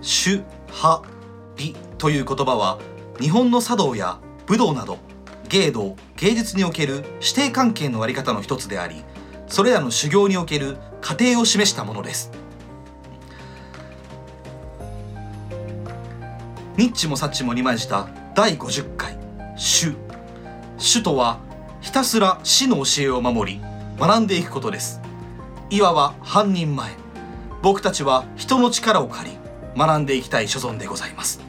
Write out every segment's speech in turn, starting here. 朱波美という言葉は日本の茶道や武道など芸道芸術における師弟関係のあり方の一つでありそれらの修行における過程を示したものですニッチもサッチも二枚した第50回「主」主とはひたすら死の教えを守り学んでいくことですいわば半人前僕たちは人の力を借り学んでいきたい所存でございます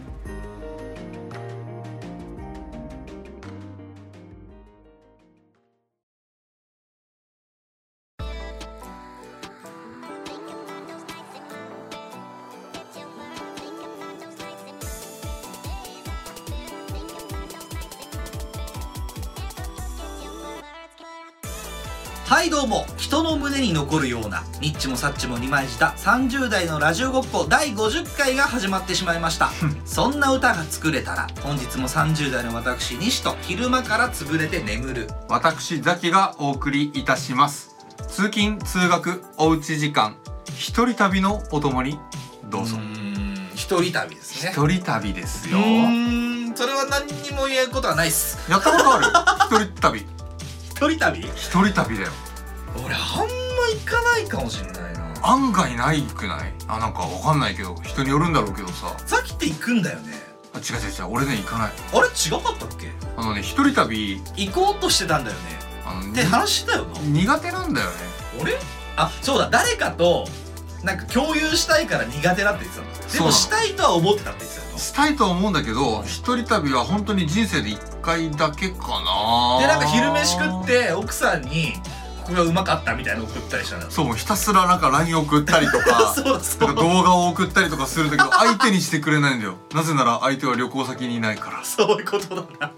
はいどうも人の胸に残るようなニッチもサッチも二枚舌30代のラジオごっこ第50回が始まってしまいました そんな歌が作れたら本日も30代の私西と昼間から潰れて眠る私ザキがお送りいたします通勤通学おうち時間一人旅のお供にどうぞ、ん一人旅ですね一人旅ですうよーんそれは何にも言えることはないっすやったことある一人旅一人旅一人旅だよ俺あんま行かないかもしんないな案外ないくないあなんかわかんないけど人によるんだろうけどささっきって行くんだよねあ違う違う違う俺ね行かないあれ違かったっけあのね一人旅行こうとしてたんだよねあのって話したよな苦手なんだよね俺あそうだ誰かとなんか共有したいから苦手だって言ってたんだでそうなものしたいとは思ってたって言ってたよしたいとは思うんだけど一人旅は本当に人生で一回だけかなでなんか昼飯食って奥さんに「ここがうまかった」みたいなの送ったりしたんだそうもうひたすらなんか LINE 送ったりとかそうそなうんか動画を送ったりとかするんだけど相手にしてくれないんだよなぜなら相手は旅行先にいないからそういうことだな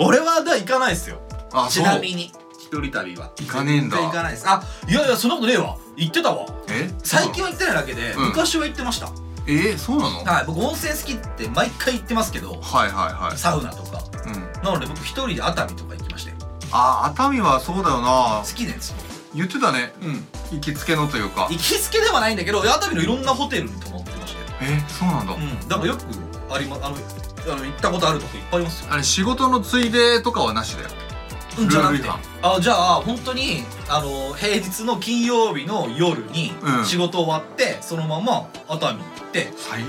俺はだから行かないっすよあちなみに一人旅は行かねえんだ全然行かないですあいやいやそんなことねえわ行ってたわそうえ最近は行ってないだけで、うん昔は行ってましたえーそうなのはいはい僕温泉好きって毎回行ってますけどはいはサウナとかい、うん、なので僕一人で熱海とか行きましたよあ熱海はそうだよな好きなんですよ言ってたねうん行きつけのというか行きつけではないんだけど熱海のいろんなホテルに泊まってましたよえそうなんだ、うんだからよくありまあのあの行ったことあるとこいっぱいありますよあれ仕事のついでとかはなしだようんじゃなくルールて違反あじゃあ本当にあの平日の金曜日の夜にうん仕事終わって、そのまま熱海行って最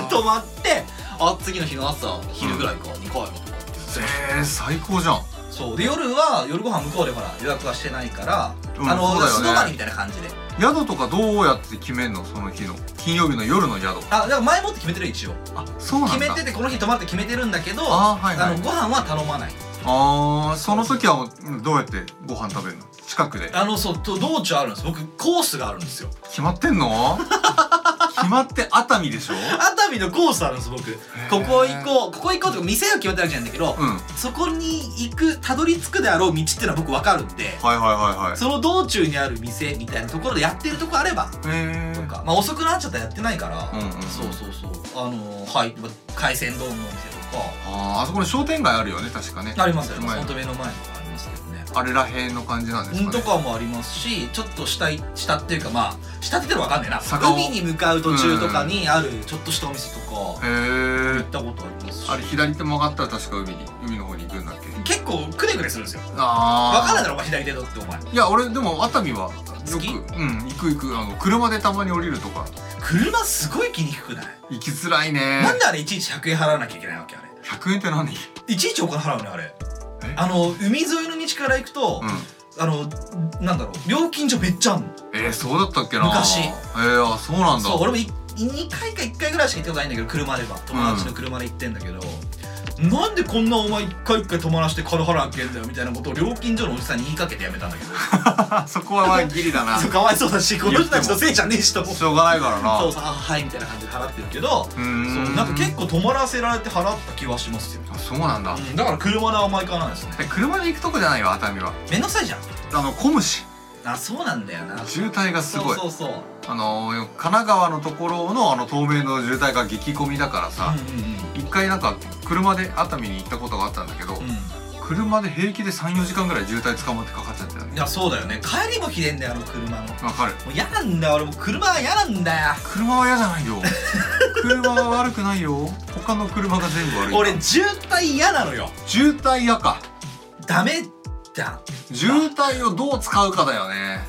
泊 悪まってあ次の日の朝昼ぐらいかに帰るとかってえー、最高じゃんそうで夜は夜ご飯向こうでほら予約はしてないから、うんあのそうだよね素泊まりみたいな感じで宿とかどうやって決めんのその日の金曜日の夜の宿あだから前もって決めてるよ一応あそうな決んだめててこの日泊まるって決めてるんだけどあーはいはいあのご飯は頼まないあーその時はもううんどうやってご飯食べるの近くであのそうと道中あるんです僕コースがあるんですよ決まってんの決まって熱海でしょ熱海のコースあるんです僕 ここ行こうここ行こうとか店が決まってるわけじゃないんだけど、うんはいそこに行くたどり着くであろう道っていうのは僕分かるんではいはいはいその道中にある店みたいなところでやってるとこあればへえとか、まあ、遅くなっちゃったらやってないから、うんうんそうそうそうあのーはいまあ海鮮丼のお店とかあーあそこに商店街あるよね確かねありますよ駅前本の当目の前とかありますけどねあれらへんの感じなんですかねとかもありますしちょっと下い下っていうかまあ下って言っても分かんねえな坂を海に向かう途中とかにあるちょっとしたお店とかへ行えったことありますしあれ左手曲がったら確か海に海の方に行くんだっけ結構くねくねするんですよ分ああかんないだろお前左手だってお前いや俺でも熱海はよ好きくうん行く行くあの車でたまに降りるとか車すごい着にくくない、行きづらいねなんであれいちいち100円払わなきゃいけないわけあれ100円って何いちいちお金払うねあれえあの海沿いの道から行くと、うんあのなんだろう料金所めっちゃあんのえー、そうだったっけな昔えー、あそうなんだそう俺もい2回か1回ぐらいしか行ったことないんだけど車では友達の車で行ってんだけど、なんでこんなお前1回1回泊まらして金払わなきゃいけんだよみたいなことを料金所のおじさんに言いかけてやめたんだ けどそこはまあギリだなそうしかわいそうだしこの人たちのせいじゃねえしと思うょうがないからなそうさあはいみたいな感じで払ってるけどうーんそうなんか結構泊まらせられて払った気はしますよ、あそうなんだ、うん、だから車ではあんま行かないですねえ車で行くとこじゃないよ熱海はめんどくさいじゃんあの混むしあそうなんだよな渋滞がすごいそうそうそうあのー神奈川のところのあの東名の渋滞が激混みだからさ、うんうん一回なんか車で熱海に行ったことがあったんだけど、うんうん車で平気で34時間ぐらい渋滞捕まってかかっちゃったよねいやそうだよね帰りもひでえんだよあの車のもわかるう嫌なんだよ俺もう車は嫌なんだよ車は嫌じゃな いよ車は悪くないよ他の車が全部悪い俺渋滞嫌なのよ渋滞やかダメだ渋滞をどう使うかだよね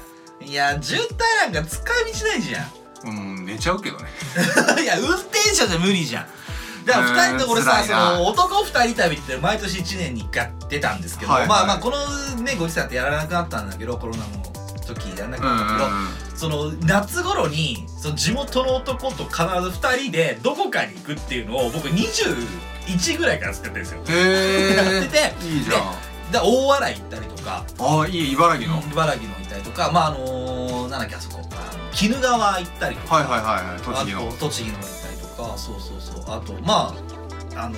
いや渋滞なんか使い道ないじゃんうん寝ちゃうけどね いや運転手じゃ無理じゃんだから2人とうーんも俺さ辛いそなの男2人旅って毎年1年に1回出たんですけど、はいはいまあまあこのねご時世ってやらなくなったんだけどコロナの時やらなくうんうなんったけど、その夏頃にその地元の男と必ず2人でどこかに行くっていうのを僕21ぐらいから使ってるんですようんへえや ってていいじゃんだから大洗行ったりとかああいい茨城の、茨城の行ったりとかまああのーなんだっけあそこあの鬼怒川行ったりとかはいはいはいはい栃木のあと栃木の行ったりとかそうそうそうあとまああの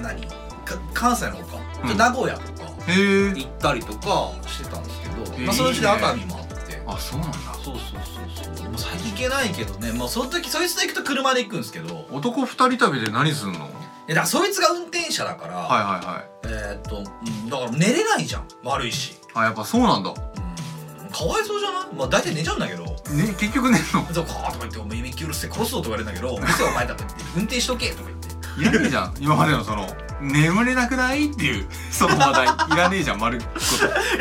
何か関西の方か、うん名古屋とかへえ行ったりとかしてたんですけど、えまあ、そのうちで熱海もあって、あそうなんだそうそうそうそうもう最近行けないけどねまあその時そいつと行くと車で行くんですけどいや男二人旅で何すんのはいだからそいつが運転者だから、はいはいえーっと、うん、だから寝れないじゃん悪いし、あやっぱそうなんだねうん、かわいそうじゃないまあ大体寝ちゃうんだけど結局寝るのそうかーとか言って「お前指切るせ殺すぞ」とか言われるんだけど「うるせえお前だ」とか言って「運転しとけ」とか言っていらねえじゃ ん今までのその眠れなくないっていうその話題いらねえじゃん丸っこ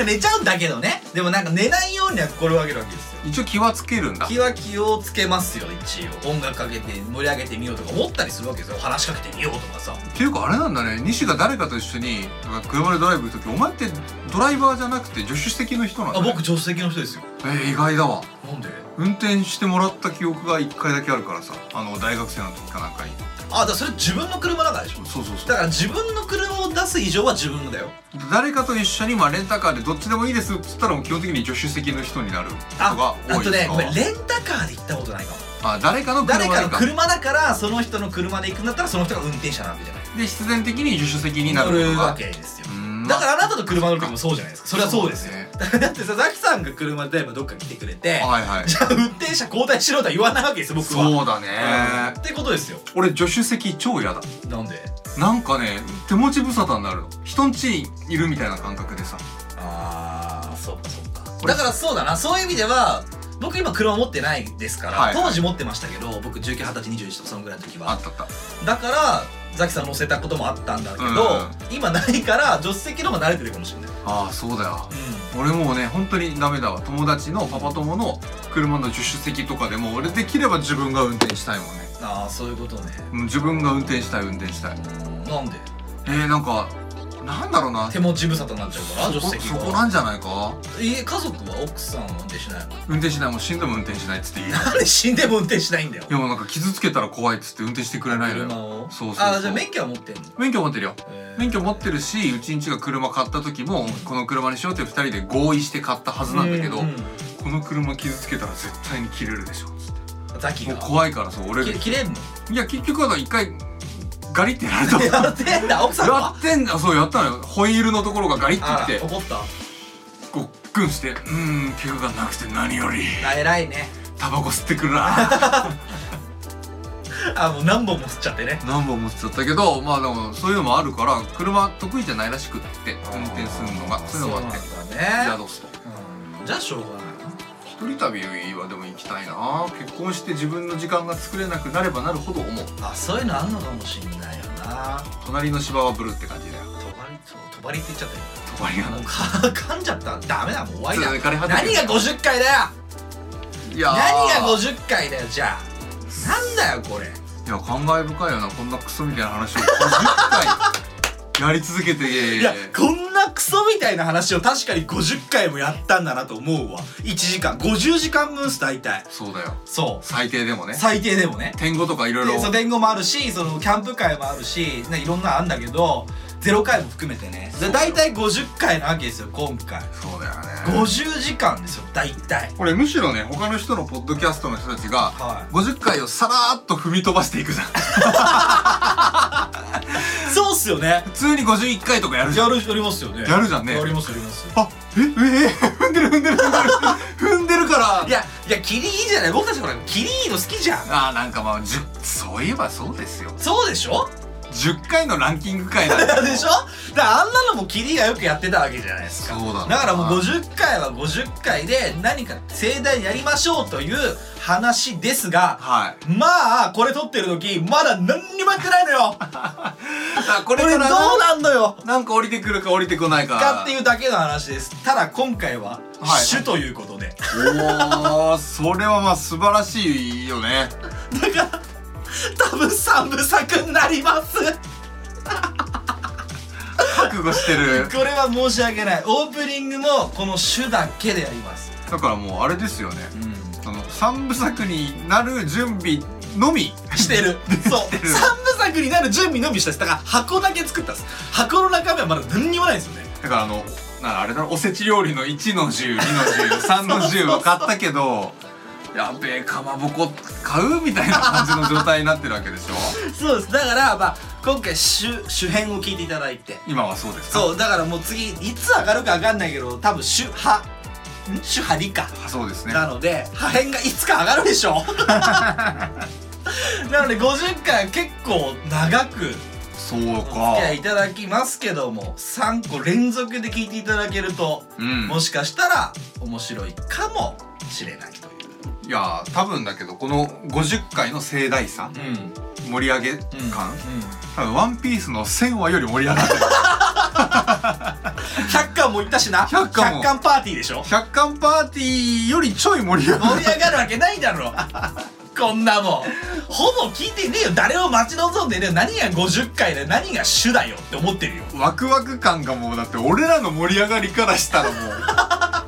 寝ちゃうんだけどねでもなんか寝ないようには心がけるわけですよと一応気はつけるんだ気は気をつけますよ一応音楽かけて盛り上げてみようとか思ったりするわけですよ話しかけてみようとかさっていうかあれなんだね西が誰かと一緒になんか車でドライブ行く時お前ってドライバーじゃなくて助手席の人なんあだ、ね、僕助手席の人ですよえー意外だわなんで運転してもらった記憶が1回だけあるからさあの大学生の時かなんかにあだからそれ自分の車だからでしょそうそうそうだから自分の車を出す以上は自分のだよ誰かと一緒に、まあ、レンタカーでどっちでもいいですっつったらもう基本的に助手席の人になることがああ多いとですねかごめんレンタカーで行ったことないかもあ誰かの車誰でかの車だからその人の車で行くんだったらその人が運転者なわけじゃないで必然的に助手席にな乗ることるがわけですようーんだからあなたと車乗る時もそうじゃないですかそれはそうですよねだってさザキさんが車で例えばどっか来てくれてはいはいじゃあ運転者交代しろとは言わないわけですよ僕はそうだねってことですよ俺助手席超嫌だなんでなんかね手持ち無沙汰になるの人んちいるみたいな感覚でさああそうかそうかだからそうだなそういう意味では僕今車持ってないですから、はい当時持ってましたけど僕1920歳21とかそのぐらいの時あはったあっただからザキさん乗せたこともあったんだけど、う今ないから助手席の方が慣れてるかもしれない、ああそうだよ俺もうね本当にダメだわ友達のパパ友の車の助手席とかでも俺できれば自分が運転したいもんねああそういうことねうん自分が運転したい運転したいなんでえー、なんかなんだろうな手持ち無沙汰になっちゃうから助そこ手席そこがなんじゃないかえ家族は奥さんは運転しないの運転しないもう死んでも運転しないっつっていい いなんで死んでも運転しないんだよやもうなんか傷つけたら怖いっつって運転してくれないの車よをそうそうそうあじゃあ免許は持ってんの免許持ってるよえー免許持ってるしうちんちが車買った時もこの車にしようって2人で合意して買ったはずなんだけど、うこの車傷つけたら絶対に切れるでしょつってザキもうが怖いからそう俺き切れんの いや結局は一回ガリってやられたやってんだ奥さんやはってんだそうやったのよホイールのところがガリってあきてら怒ったごっくんしてうーん怪我がなくて何よりあ偉いねタバコ吸ってくるなあもう何本も吸っちゃってね何本も吸っちゃったけどまあでもそういうのもあるから車得意じゃないらしくって運転するのがそういうのもあってそうなんじゃだあねどうすとうんじゃあしょうがない一人旅はでも行きたいな結婚して自分の時間が作れなくなればなるほど思うなあそういうのあんのかもしんないよな隣の芝はブルーって感じだよとばりそうとばりって言っちゃったよ隣がもなうか噛んじゃったらダメだもう終わりだ続かれ果てて何が50回だよいやー何が50回だよじゃあなんだよこれいや感慨深いよなこんなクソみたいな話を50回 やり続けていいやこんなクソみたいな話を確かに50回もやったんだなと思うわ1時間50時間分っす大体そうだよそ最低でもうね最低でもね点語とかいろいろでその伝言もあるしそのキャンプ会もあるしねいろんなのあんだけど0回も含めてねで大体50回なわけですよ今回そうだよね50時間ですよ大体これむしろね他の人のポッドキャストの人たちがは50回をさらーっと踏み飛ばしていくじゃんいそうっすよね普通に51回とかやるじゃん やるやりますよねやるじゃんねやりますやりますあえええ踏んでる踏んでる踏んでる踏んでるからいやいやキリいいじゃない僕たちほらキリいいの好きじゃんあーなんかまあじゅそういえばそうですよそうでしょ10回のランキング回だよでしょだからあんなのもキリがよくやってたわけじゃないですかそうだなだからもう50回は50回で何か盛大にやりましょうという話ですがはいまあこれ撮ってる時まだ何にもやってないのよあここれどうななんのよなんか降りてくるか降りてこないかかっていうだけの話ですただ今回ははい主ということで、おーそれはまあ素晴らしいよね多分三部作になります覚悟してるこれは申し訳ないオープニングもこの主だけでやりますだからもうあれですよねうんその3部作になる準備のみ してるそうしてる三部作になる準備のみしたんですだから箱だけ作ったんです箱の中身はまだ何にもないんですよねだからあのなんかあれだろおせち料理の1の102の103の10は買ったけどやべえかまぼこ買うみたいな感じの状態になってるわけでしょそうですだからまあ今回主主編を聞いていただいて今はそうですかそうだからもう次いつ上がるか分かんないけど多分主派ん主派理かあそうですねなので破片がいつか上がるでし ょなので50回結構長くそうお付きか合いいただきますけども3個連続で聞いていただけるとうんもしかしたら面白いかもしれないといういや多分だけどこの50回の盛大さ、うん盛り上げうん感、多分ワンピースの1000話より盛り上がってる100巻もいったしな100巻も100パーティーでしょ100巻パーティーよりちょい盛り上がる盛り上がるわけないだろ こんなもんほぼ聞いてねえよ誰も待ち望んでねえよ何が50回で何が主だよって思ってるよ ワクワク感がもうだって俺らの盛り上がりからしたらもう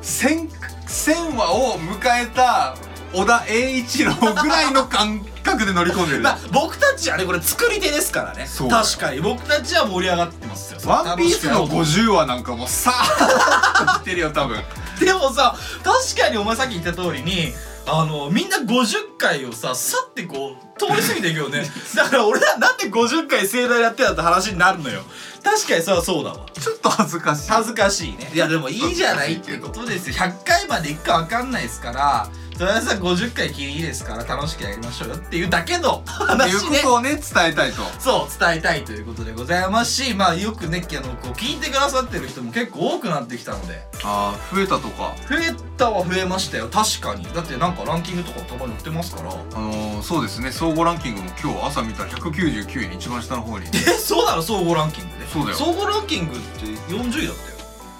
1000, 1000話を迎えた小田栄一郎ぐらいの感覚で乗り込んでるまあ僕たちはねこれ作り手ですからねそう確かに僕たちは盛り上がってますよワンピースの楽しくやろう50話なんかもうさーっと来てるよ多分とでもさ確かにお前さっき言った通りにあのみんな50回をささってこう通り過ぎていく よねだから俺らなんで50回盛大やってたって話になるのよ確かにさそうだわちょっと恥ずかしい恥ずかしいねいやでもいいじゃないってことですよ100回までいくか分かんないですからとりあえずは50回きりいいですから楽しくやりましょうよっていうだけのってい話うねことをね伝えたいとそう伝えたいということでございますしまあよくねあのこう聞いてくださってる人も結構多くなってきたのであー増えたとか増えたは増えましたよ確かにだってなんかランキングとかたまに載ってますからあのー、そうですね総合ランキングも今日朝見たら199位に一番下の方に えそうなの総合ランキングでそうだよ総合ランキングって40位だったよ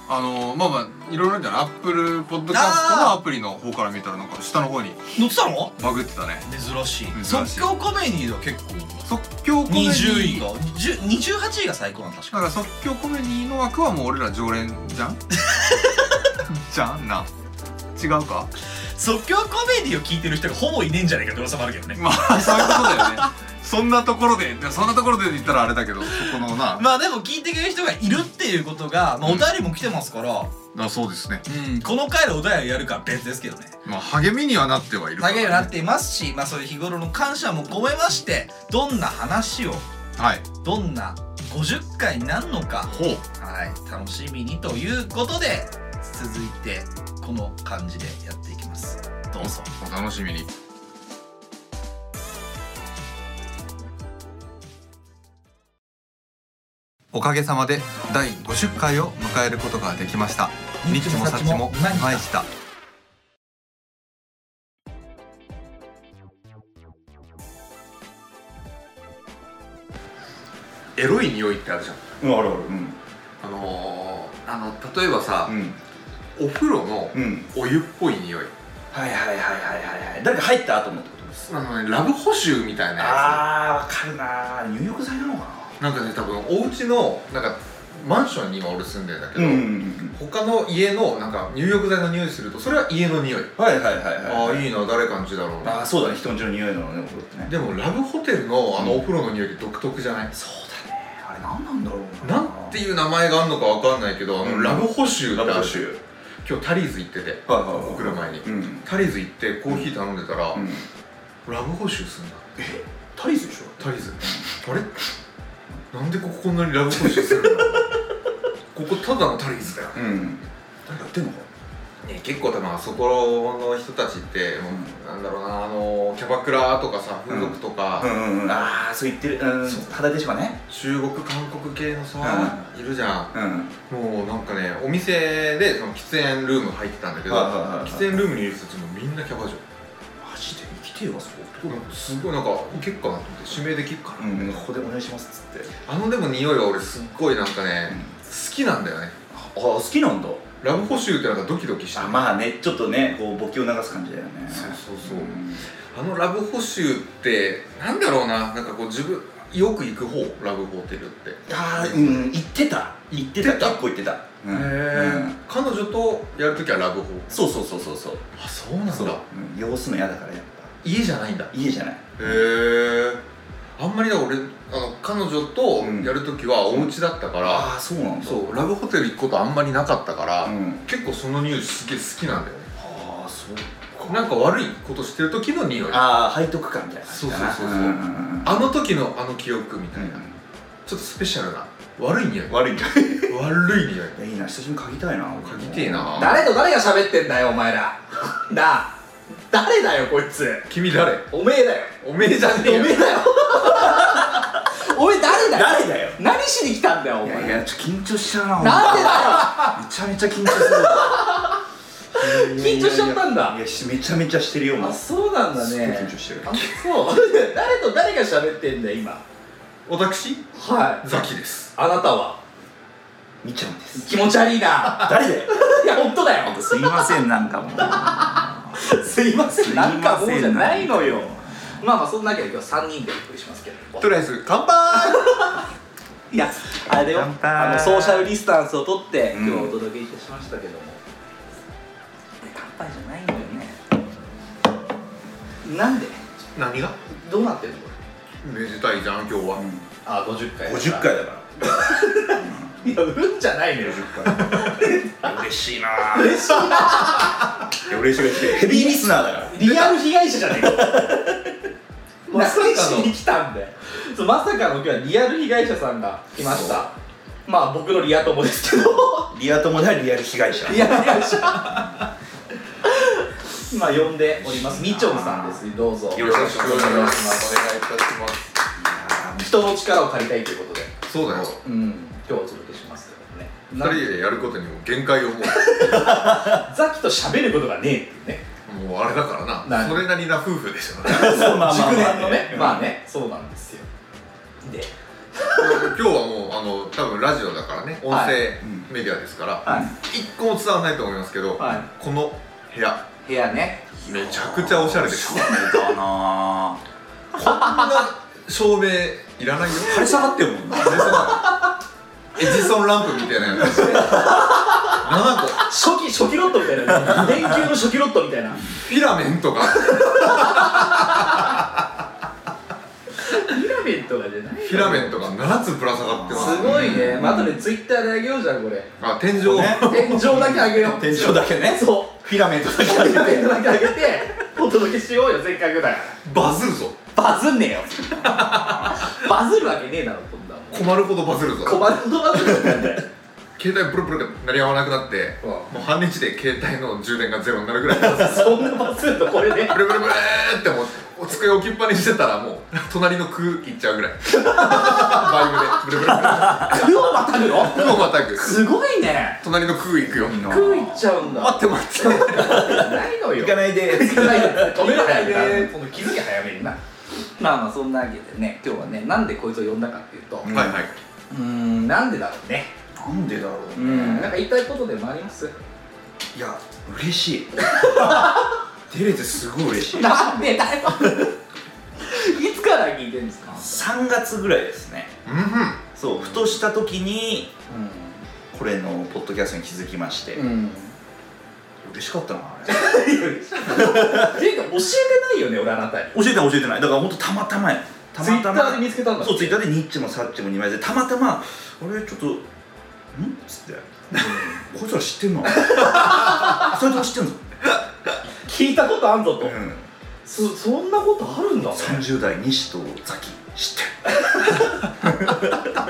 あのー、まあまあいろいろあるんじゃないアップルポッドキャストのアプリの方から見たらなんか下の方に載ってたのバグってたね珍しい珍しい即興コメディでは結構即興コメディ20位が10 28位が最高なん確だかから即興コメディの枠はもう俺ら常連 じゃんじゃんな違うか即興コメディを聞いてる人がほぼいねえんじゃないかって噂もあるけどねまあそういうことだよねそんなところでそんなところでって言ったらあれだけどそこのな、まあでも聞いてくれる人がいるっていうことが、まあ、おうん便りも来てますから、あそうですねうん、この回でお便りやるかは別ですけどねまあ励みにはなってはいるから、励ね、みになっていますし、まあ、そういう日頃の感謝も込めましてどんな話をはいどんな50回になるのか、ほうはい、楽しみにということで続いてこの感じでやっていきますどうぞお楽しみにおかげさまで第50回を迎えることができましたニッチもサッチも毎日だエロい匂いってあるじゃんうん、あるある。うん。あのーあの例えばさ、うん。お風呂のうん。お湯っぽい匂いはいはいはいはいはいはい。誰か入った後のってことです。あのねラブ補修みたいなやああ、わかるなー。入浴剤なのかつなんかね多分お家のなんかマンションに今俺住んでんだけな。ど、ん。他の家のなんか入浴剤の匂いするとそれは家の匂い、はいはいはいはい。ああいいな誰かんちだろうあなあ、そうだね。人んちの匂いなのね、お風呂ってね。でもラブホテルのあのお風呂の匂いって独特じゃない、そうだね。あれ何なんだろうな。なんていう名前があるのかわかんないけどあのうんラブ補修ってあラるブホシュ。今日タリーズ行っててはいはいはい。送る前に、うん。タリーズ行ってコーヒー頼んでたら、うん。ラブ補修すんだタイスでしょ。タリーズあれなんでこここんなにラブ 補修するのここただのタリーズだようん。誰かやってんのか。ね、結構多分あそこの人たちって、もうなんだろうなあのキャバクラとかさ風俗とか、うんうんああそう言ってるうんそう肌でしかね中国韓国系のさ、いるじゃんうんもうなんかねお店でその喫煙ルーム入ってたんだけど、はいはいはいはい喫煙ルームにいる人たちもみんなキャバ嬢マジで生きてよあそこすごいなんかいけっかなと思って指名できっかうな、んここでお願いしますっつってあのでも匂いは俺すっごいなんかね、うん好きなんだよねあ好きなんだラブホ集ってなんかドキドキしてあるまあねちょっとねこうボキを流す感じだよねそうそうそう、んあのラブホ集ってなんだろうななんかこう自分よく行く方ラブホテルってへあーうん言ってた言ってた言ってた結構言ってたうんうん彼女とやるときはラブホそうそうそうそうそうあそうなんそう、うん、様子の嫌だからやっ家じゃないんだへぱ家じゃないえあんまりだ俺あの彼女とやるときはお家だったから、ああそうなんだそうラブホテル行くことあんまりなかったから、うん結構その匂いすげえ好きなんだよねああそうなんか悪いことしてる時の匂いあああ背徳感みたいな感じかなそうそうそうそうんんんの時のあの記憶みたいな、うちょっとスペシャルな悪い匂い悪悪いんじゃないい匂いいやいいな久しぶりに嗅ぎたいな嗅ぎてえな誰と誰が喋ってんだよお前 らなあ誰だよこいつ君誰おめえだよおめえじゃねえよだ よおめえ誰だよ誰だよ何しに来たんだよおい前やいやちょっと緊張しちゃうななん でだお前めちゃめちゃ緊張する わよ緊張しちゃったんいだやしめちゃめちゃしてるよもうあそうなんだすっごい緊ね張してるあそう 誰と誰が喋ってんだよ今私はいザキですあなたはみちゃんです気持ち悪い な誰だよいや本当だよすいませんなんかもう すいませんなんかもうじゃないのよすいままあまあそんなわけで今日3人でお送りしますけどとりあえず乾杯いやあれよ乾杯あのソーシャルディスタンスをとってうん今日お届けいたしましたけども、乾杯じゃないんだよねなんで 何がどうなってんのこれめでたいじゃん今日は、あ50回50回だかいやうんじゃないのよら嬉しいな嬉しいな嬉しい嬉しいヘビーリスナーだからリアル被害者じゃねえか まさ何かのに来たんだよそうまさかの今日はリアル被害者さんが来ましたまあ僕のリア友ですけどリア友ではリアル被害者リアル被害者今呼んでおりますみちょんさんですどうぞよろしくお願いしますおす願いいたします人の力を借りたいということでそうだようん今日お届けしますけど二ね人でやることにも限界をもなザキと喋ることがねえっていうねうもうあれだからな何それなりな夫婦でしょ そうまあ熟年のねまあねそうなんですよで今日はもうあの多分ラジオだからね音は声いうんメディアですから、はい一個も伝わらないと思いますけど、はいこの部屋部屋ねめちゃくちゃおしゃれですおしゃれだな照明いらないよ垂れ下がってるもんなあれさ エジソンランプみたいなやつ7個初期初期ロットみたいな電球の初期ロットみたいなフィラメントがフピラミッドが出ないィラメントが7つぶら下がってますすごいね、まあ、後でツイッターであげようじゃんこれあ天井、天井だけあげよう天井だけねそフィラメントだけうピラミッドだけあげてお届けしようよせっかくだからバズるぞバズんねえよバズるわけねえだろこんなもん困るほどバズるぞコマンドバズる なんだよ携帯ブルブルが鳴り合わなくなってうんもう半日で携帯の充電がゼロになるぐらいバズるそんなバズるとこれねブルブルブルーってもうお机置きっぱにしてたらもう隣の空行っちゃうぐらいバイブでブルブルブル空をまたぐの空をまたぐすごいね隣の空行くよな空いっちゃうんだ待って待ってないのよ行かないで行かないで止められない行かないでこの気づき早めになまあまあそんなわけでね今日はねなんでこいつを呼んだかっていうとうはいはいーんなんでだろうねなんでだろううんなんか言いたいことでもありますいや嬉しい 出れてすごい嬉しいなんでだよいつから聞いてんですか3月ぐらいですねうんふんそうふとした時にうこれのポッドキャストに気づきまして、んうん嬉しかったなあれっていうか教えてないよね俺あなたに教えてない教えてないだから本当たまたまやたまたま Twitter で見つけたんだそうツイッターでニッチもサッチも2枚でたまたまあれちょっとんっつってこいつら知ってんのそれとも知ってんの、聞いたことあんぞと、うん、そそんなことあるんだね30代西とザキ知ってる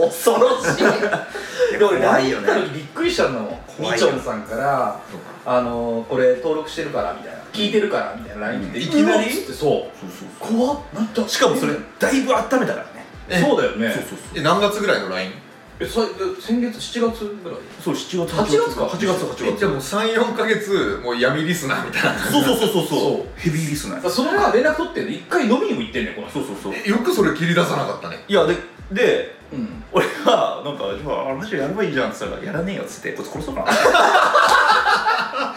恐ろしいで俺怖 LINE い行よっね た時びっくりしたんだもんみちょんさんからそう「あのこれ登録してるから」みたいな「聞いてるから」みたいな LINE 来てうんいきなりうわっってそそううそうそう怖っなんだしかもそれだいぶ温めたからねそうだよそうねそうえ何月ぐらいの LINE? えさえ先月7月ぐらいそうそう7月8月か8月8え月じゃあもう34か月もう闇リスナーみたいなそうそうそうそうそヘビーリスナだーからその間連絡取ってんの一回飲みにも行ってんねこの人そうそうそうえよくそれ切り出さなかったねいやででうん俺がなんか「じゃああラジオやればいいじゃん」っつったら「やらねえよ」っつって「こいつ殺そうかな」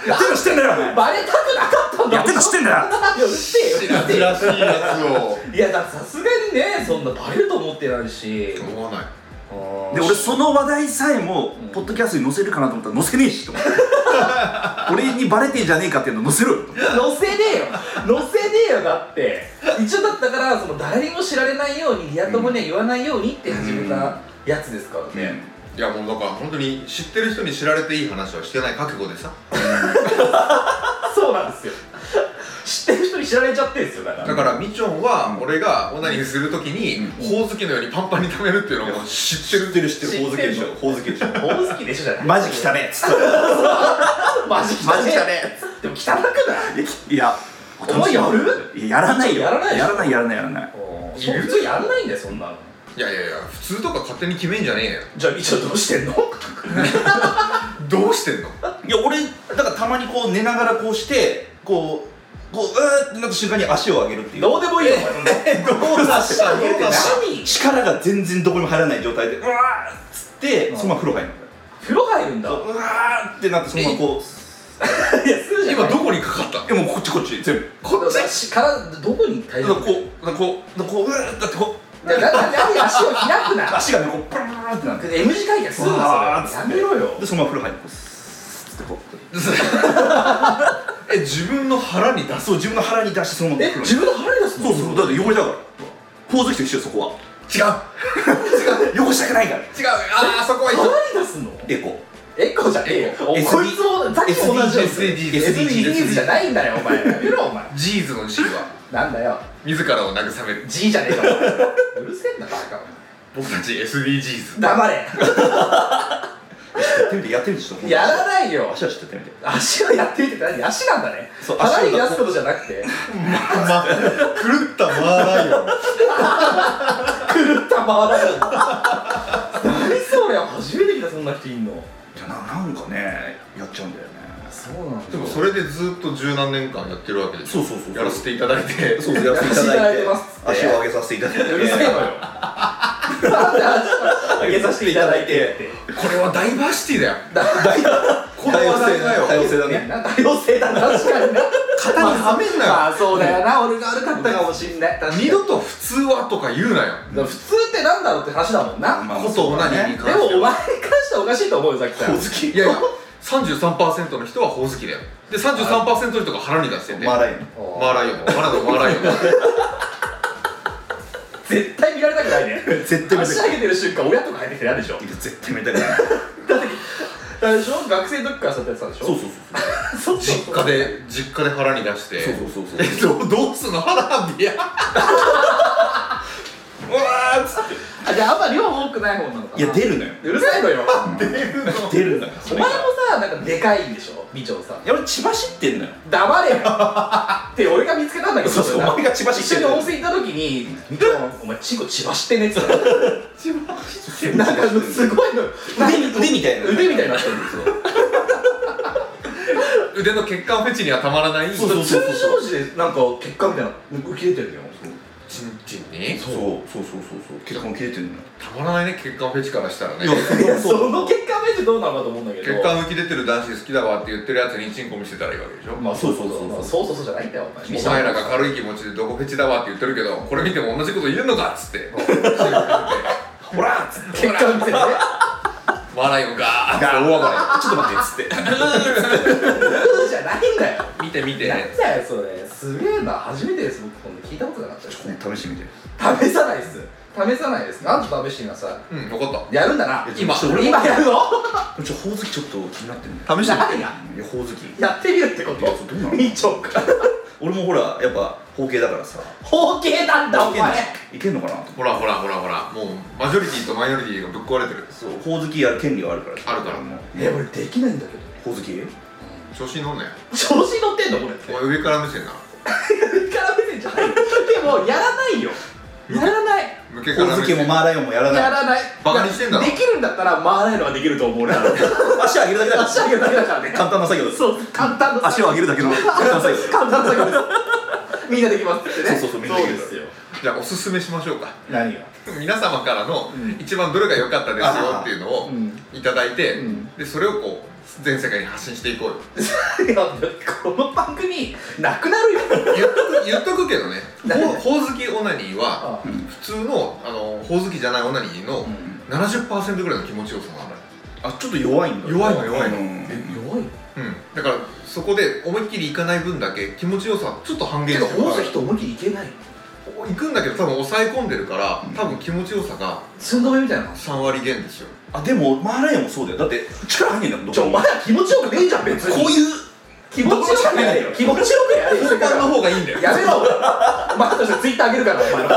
やってるの知ってんだよお前バレたくなかったんだやってるの知ってんだよいやうっせえよチラチラしいやつをいやだからさすがにねそんなバレると思ってないし思わないで俺その話題さえもポッドキャストに載せるかなと思ったら載せねえしと思って 俺にバレてんじゃねえかっていうの載せろよと思って乗せねえよ乗せねえよだって一応だったからその誰にも知られないようにリア友には言わないようにって始めたやつですからね、いやもうだから本当に知ってる人に知られていい話はしてない覚悟でさそうなんですよ知ってる人に知られちゃってるんですよだからだからみちょんは俺がオナニーするときにほおずきのようにパンパンに溜めるっていうのをもう知ってるってる知でほおずけでしょほおずけでしょ大好きでしょじゃないマジ汚ねえっつってマジ汚マジ汚ねねでも汚くないえ いやお前やるいややらないよやらないでしょやらないやらないやらないそ普通やらないんだよそんなのいやいやいや普通とか勝手に決めんじゃねえよじゃあみちょどうしてんのどうしてんのいや俺だからたまにこう寝ながらこうしてこうこううーってなった瞬間に足を上げるっていうどうでもいいよお前そんなのどうだしたの何力が全然どこにも入らない状態でうわーっつってそのまま風呂入る風呂入るんだうわーってなってそのままこいやすぐじゃん今どこにかかったういやもうこっちこっち全部こっちからどこに体だから重こうだからこうだからこううわーだってこういやなな何足を開く な足がねこうブルーってなって M 字開脚すんなそれやめろよでそのまま風呂入るこうスーッてこうえ自分の腹に出あすそう自分の腹に出してそのままえ風呂自分の腹に出すのそうそうだって汚れだからほおずきと一緒よそこは違う違う汚したくないから違うああそこは一緒腹に出すのエコエコじゃねえよお前 SD こいつもさっきも同じよ SDGs SDGs じゃないんだよお前やめろお前ジーズの G はなんだよ自らを慰める G じゃねえかお前うるせえんだバカ僕たち SDGs 黙れやってみてやってみてちょっとほんとやらないよ足足やってみて足をやってみてって何足なんだねそう腹に足を出だすことじゃなくてま狂ったまあないよ狂ったまだよ何それ初めて来たそんな人いんのいやななんかねやっちゃうんだよねそうなんでもそれでずっと十何年間やってるわけでしょそうそうそうやらせていただいてそうそうやらせていただいてやらせていただいてます足を上げさせていただいてうるせえのよなんで上げさせていただいてってこれはダイバーシティだよこ多れ様はダイ性だよだよ多様性だねねなんか妖精だな確かにな肩にはめんなよまあそうだよな俺が悪かったかもしんない確かに二度と普通はとか言うなよ普通ってなんだろうって話だもんなまあことオナニーにで関もしてお前には関してはおかしいと思うよさっきからずきいやいや33%の人はほおずきだよで33%の人が腹に出しててマーライオンおマーライオンマラのマーライオン絶対見られたくないね絶対見た足くない上げてる瞬間親とか入ってきて嫌でしょいや絶対見たくないあれでしょ学生の時からそうやってやってたんでしょそうそうそうそう実家で実家で腹に出してそうそうそうそうそうえどうどうすんの腹ビアうわーっつってあじゃああんま量多くない方なのかないや出るのようるさいのよ出るのよおそ前れがもさなんかでかいんでしょ美女さんいや俺血走ってんのよ黙れよって俺が見つけたんだけどそうそうれなお前が血走一って緒るに温泉行った時に「みちょお前チンコ血走ってね」っつったのなんかすごいのよ腕腕みたいな腕みたいになってるんですよ腕の血管フェチにはたまらないそうそうそう通常時でなんか血管みたいなの浮き出てるよチンチンにそうそうそうそうそう血管切れてんのよたまらないね血管フェチからしたらねいやその血管目ってどうなのかと思うんだけど血管浮き出てる男子好きだわって言ってるやつにチンコ見せたらいいわけでしょまあそうそうそうそうそうそうそうそうじゃないんだよお前お前らが軽い気持ちでどこフェチだわって言ってるけどこれ見ても同じこと言えんのかっつってほらっつって血管見せてね笑いをガーッて大暴ちょっと待ってっつってうんじゃないんだよれ見て見てなんだよそれすげえな初めてです僕こんな聞いたことなかったですね試してみて試さないっす試さないですなんと試してみなさうん分かっいやるんだな今ちょっと俺も今やるの ちょほおずきちょっと気になってんだた試してみて何がよいやほおずきやってみるってこといやそうどうなのみちょか俺もほらやっぱ方形だからさ包茎なんだお前いけんのかなとほらほらほらほらもうマジョリティとマイノリティがぶっ壊れてるそうほおずきやる権利はあるからあるからもうえ俺できないんだけどほおずき調子に乗んなよ調子乗ってんのこれお前上から目線な上から目線じゃないでもやらないよやらない向けかほおらず目きも線マーライオンもやらやないらないバカにしてんだろできるんだったら回らないのはできると思う俺ら足上げるだけだから足上げるだけだからね簡単な作業ですそう簡単な足を上げるだけの簡単な作業です簡単な作業ですみんなできますってねそうそうそうみんなできるそうですよじゃあおすすめしましょうか何が皆様からの一番どれが良かったですよっていうのをいただいて、でそれをこう全世界に発信していこうよいやこの番組なくなるよ言っとく言っとくけどねほほおずきオナニーは普通のあのほおずきじゃないオナニーの70%ぐらいの気持ちよさなんだよあちょっと弱いんだ弱いの弱いの、ううんん弱いだからそこで思いっきりいかない分だけ気持ちよさちょっと半減けしてどる大崎と思いっきりいけない行くんだけど多分抑え込んでるから多分気持ちよさが寸止めみたいな3割減ですよあでもマーライオンもそうだよだって力入んねえんだもんちょお前ら気持ちよくねえじゃん別にこういう気持ちよくないよ気持ちよくやれよ本番の方がいいんだよやめろお前としてツイッターあげるからお前の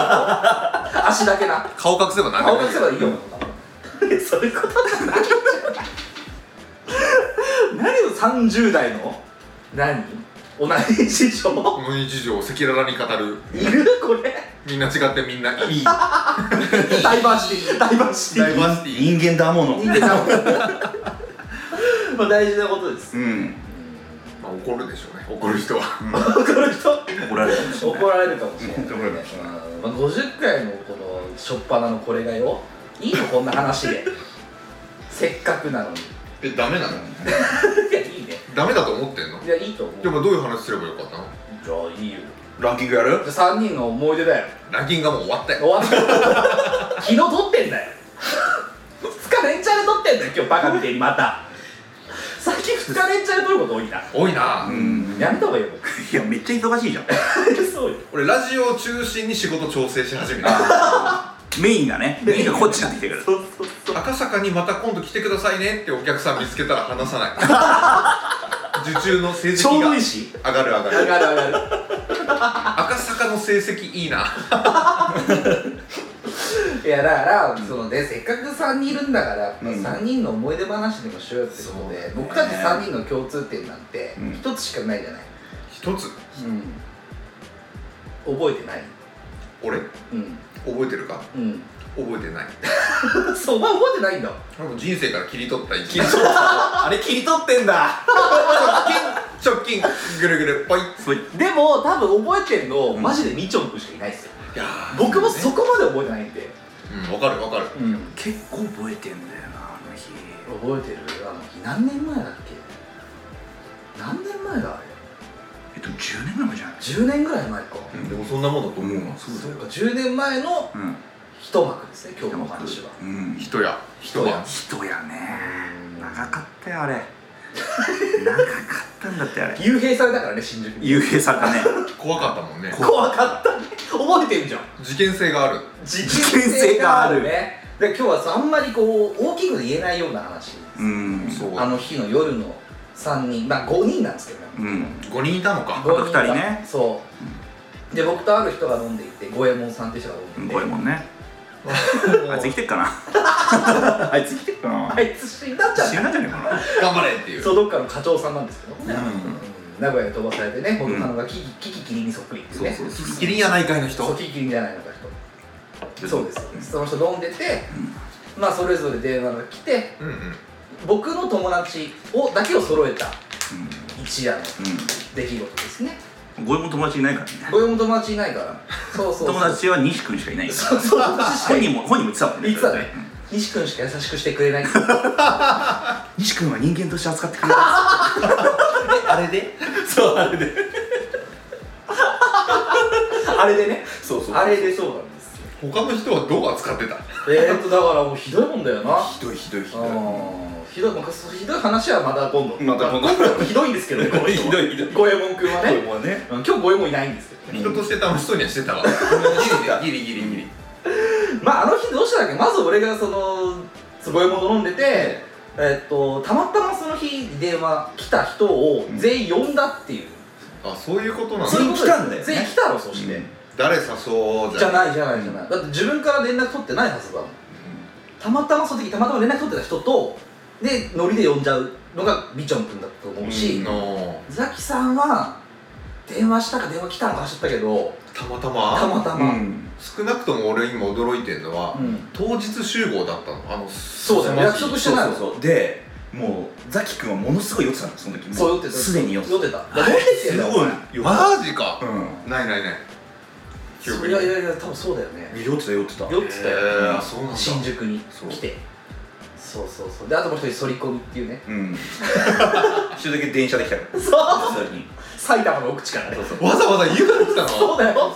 足だけな顔隠せば何で顔もいいがよすればいいよそういうことじゃない何を30代の何同じ事情この日常を赤裸々に語るいるこれみんな違ってみんない いダイバーシティダイバーシティダイバーシティ人間だもの人間なのまあ大事なことですうんまあ怒るでしょうね怒る人は怒る人怒られるかもしれない怒られるかもし怒られるかもしれれないないうんまあ、50回のこの初っ端のこれがよいいのこんな話 でせっかくなのにい えダメなのやいいねダメだと思ってんのいやいいと思うでもどういう話すればよかったのじゃあいいよランキングやるじゃあ3人の思い出だよランキングがもう終わったよ終わった 昨日撮ってんだよ2日連チャンで撮ってんだよ今日バカみてえにまた最近2日連チャンで撮ること多いな多いな、うんやめた方がいいよいやめっちゃ忙しいじゃん そうよ俺ラジオを中心に仕事調整し始めたメインがねメインがこっちになってきてるから赤坂にまた今度来てくださいねってお客さん見つけたら離さない 受注の成績が上しがる上がる上がる上が赤坂の成績いいなるいやだから、そのねせっかく3人いるんだから、まあ、3人の思い出話でもしようってことで、僕たち3人の共通点なんてうん1つしかないじゃない、一つうん、覚えてない俺うん覚えてるかうん 覚えてないそうお前覚えてないんだ多分人生から切り取った一日あれ切り取ってんだ直近直近ぐるぐるポイそいでも多分覚えてんの、マジでみちょんくんしかいないっすよいやー僕もそこまで覚えてないんで、うんわかるわかるうん、結構覚えてんだよなあの日覚えてるあの日何年前だっけ何年前だあれえっと10年ぐらい前じゃない10年ぐらい前か、でもそんなもんだと思うなうんそうそうか10年前のうん一幕ですね今日のお話はうん人や人や人やね長かったよあれ長かったんだってあれ幽閉されたからね新宿に幽閉されたね怖かったもんね怖かったね覚えてるじゃん事件性がある事件性があるねで今日はさあんまりこう大きく言えないような話うんそうあの日の夜の3人まあ5人なんですけどねうん5人いたのかと二人ねそうで僕とある人が飲んでいて五右衛門さんって人が飲んでこれもん ねあいつ生きてっかなあいつ生きてっかなあいつ死んだんじゃ死ないんだんじゃねえかな頑張れっていうそうどっかの課長さんなんですけどもね、うんうん名古屋に飛ばされてね元カノがキキ,、キキキリンにそっくりっていうねそうキリンやないかいの人キキキリンじゃないのか人そうですその人飲んでて、まあそれぞれ電話が来てうんうん僕の友達をだけを揃えた一夜のう出来事ですねんうんゴエモン友達いないからね五右衛門友達いないからそうそうそう友達は西君しかいないからそうそう本人も本人も言ってたもんね言ってたね西君しか優しくしてくれないうん西君は人間として扱って くれまあれですそうあれで あれでねそうそうあれでそうなんですよ他の人はどう扱ってたえーっとだからもうひどいもんだよなひどいひどいひあーひどいまあそうひどい話はまだ今度また今度ひどいんですけ どねこの人ひはどいひどい五右衛門君はねもうねうん今日五右衛門いないんですけどね人として楽しそうにはしてたわギリギリギリギリまああの日どうしたんだっけまず俺がその五右衛門と飲んでてえーっとたまたまその日電話来た人を全員呼んだっていうあそういうことなのそういうことです全員来たんだよね全員来たろそして、うん誰誘おうじじゃゃんあないじゃないじゃないだって自分から連絡取ってないはずだもんたまたまその時たまたま連絡取ってた人とでノリで呼んじゃうのがみちょんくんだと思うし、のザキさんは電話したか電話来たのか知ったけどたまたたままたうま、ん少なくとも俺今驚いてるのは、うん当日集合だったのあのそうだよね約束してなそういのそうそうでもうザキ君はものすごい酔ってたのその時もそう酔ってたすでに酔って酔ってただから飲んできてんだすよごい酔ってマジかた、うんないないない記憶いにやいやいや多分そうだよね酔ってた酔って た酔ってたよ、へーそうなんだ新宿にそう来てそうそうそうであともう一人反り込みっていうねうん一人だけ電車で来たからそう普通に埼玉の奥地からねそうわざわざ家から来たのだよ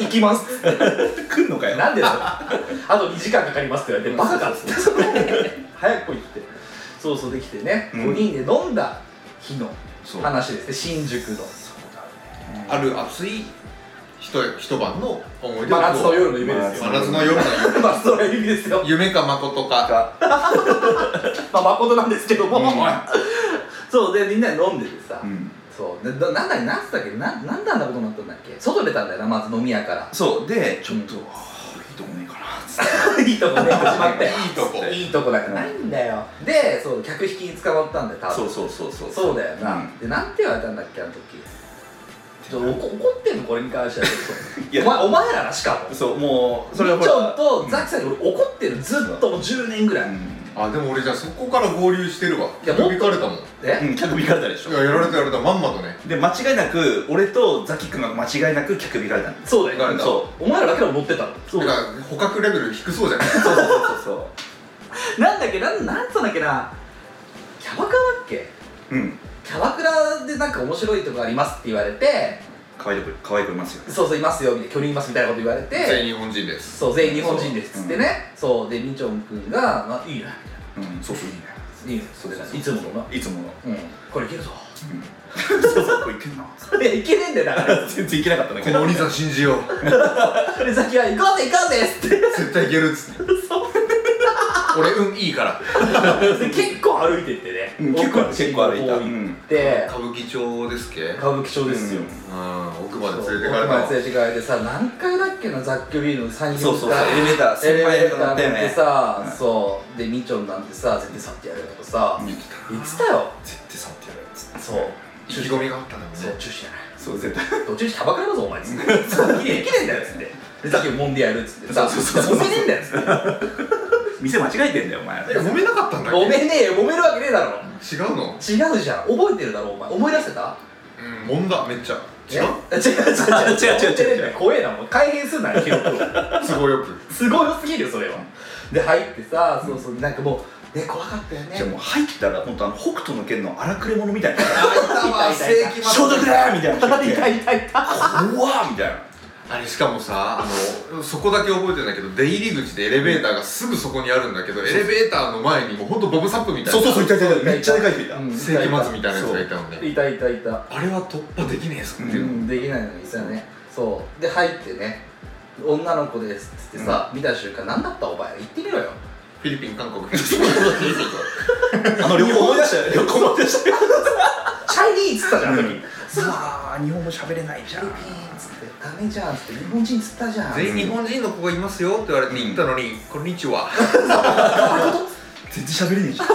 行きますっつって来んのかよ なんでだよあと2時間かかりますって言われてバカかっつって早く来いってそうそうできてね、う五ん5人で飲んだ日のそう話ですね新宿のある暑いひと一晩の思い出真夏の夜の夢ですよ真夏の夜の 真夏の夜ですよ夢か誠かまあ誠なんですけども、うんそうでみんなで飲んでてさ、うんそうでだなんだっけなんつったっけななんであんなことになったんだっけ外出たんだよなまず飲み屋から そうでちょっと、はあいいとこねえかなっつっていいとこね 始まっていいとこいいとこなんかないんだよでそう客引きに捕まったんだよ多分そうそうそうそうそうだような、んでなんて言われたんだっけあの時ちょっと怒怒ってんのこれに関しては ちょっいとやお前お前らがしかもそうもうそれはみほちょらんとザキさんに俺怒ってるずっともう10年ぐらい、あでも俺じゃあそこから合流してるわいや呼びかれたもんいえ、うん、うん、客引かれたでしょややられたやられたまんまとねで間違いなく俺とザキ君が間違いなく客引かれたんだそうだ誰よだそお前らだけでも乗ってたのそうてか捕獲レベル低そうじゃないそうそうそうそなんだっけなんなんつったんだっけなキャバクラだっけううんキャバクラでなんか面白いとこありますって言われて可愛い子可愛い子いますよそうそういますよみたいな巨人いますみたいなこと言われ全て員日本人ですそう全員日本人ですっつってねそうでみちょんくんが「まあ、いいねうんそうそういいねいいねそれがいつものないつものうんこれいけるぞ」うんそうそうこれいけんないやいけねえんだよだから全然いけなかったんだこけのおど兄さん信じようでさっきは「行こうぜ行こうぜ」っつって絶対いけるっつって俺運いいからで結構歩いてってね、うん結構奥地結構歩いたのう方行んって歌舞伎町ですっけ歌舞伎町ですよ、うんうん奥まそうで連れてかれた奥まわで連れてかれてさ何階だっけな雑居ビルの3 4そうそうそうエレベーターエレ先輩エレベベーータター乗っーたよ乗ってねさ、うんそうでみちょんなんてさ絶対去ってやるけどさ、うん言ってたよ絶対触ってやるやつそう意気込みがあったんだもんねそう中止じゃないそう絶対どっちにしキャバクラだぞお前っつって「できねえんだよ」っつってでさっき揉んでやるっつってさ「そうそうそうそう揉めねえんだよ」っつって店間違えてんだよお前え揉めなかったん「だっけ揉めねえよ揉めるわけねえだろ違うの」違うじゃん覚えてるだろお前思い出してたうん揉んだめっちゃ違うえ違 う違う違う違う違う違う違う怖えなもう改変するな記憶を 都合よくすごいすぎるよそれはで入ってさそうそうなんかもうね怖かったよねじゃあもう入ったら本当あの北斗の拳の荒くれ者みたいなあいたわ痛い痛い痛世い紀末消毒だーみたいな人いいたていたいた怖っみたいなあれしかもさあのそこだけ覚えてるんだけど出入り口でエレベーターがすぐそこにあるんだけどエレベーターの前にもうほんとボブサップみたいなそうそうそういたいたいためっちゃでかい人いたうん世紀末みたいなやつがいたのねいたいたいたあれは突破できねえぞってういうのんできないのにさねそうで入ってね女の子ですっつってさ、見た瞬間何だったお前言ってみろよフィリピン韓国あの旅行思い出したよね旅行思い出したチャイニーっつったじゃん、うんうわー日本語喋れないじゃんフィリピンっつってダメじゃんっつって日本人っつったじゃん 全員日本人の子がいますよって言われて行ったのに「こんにちは全然喋れねえじゃん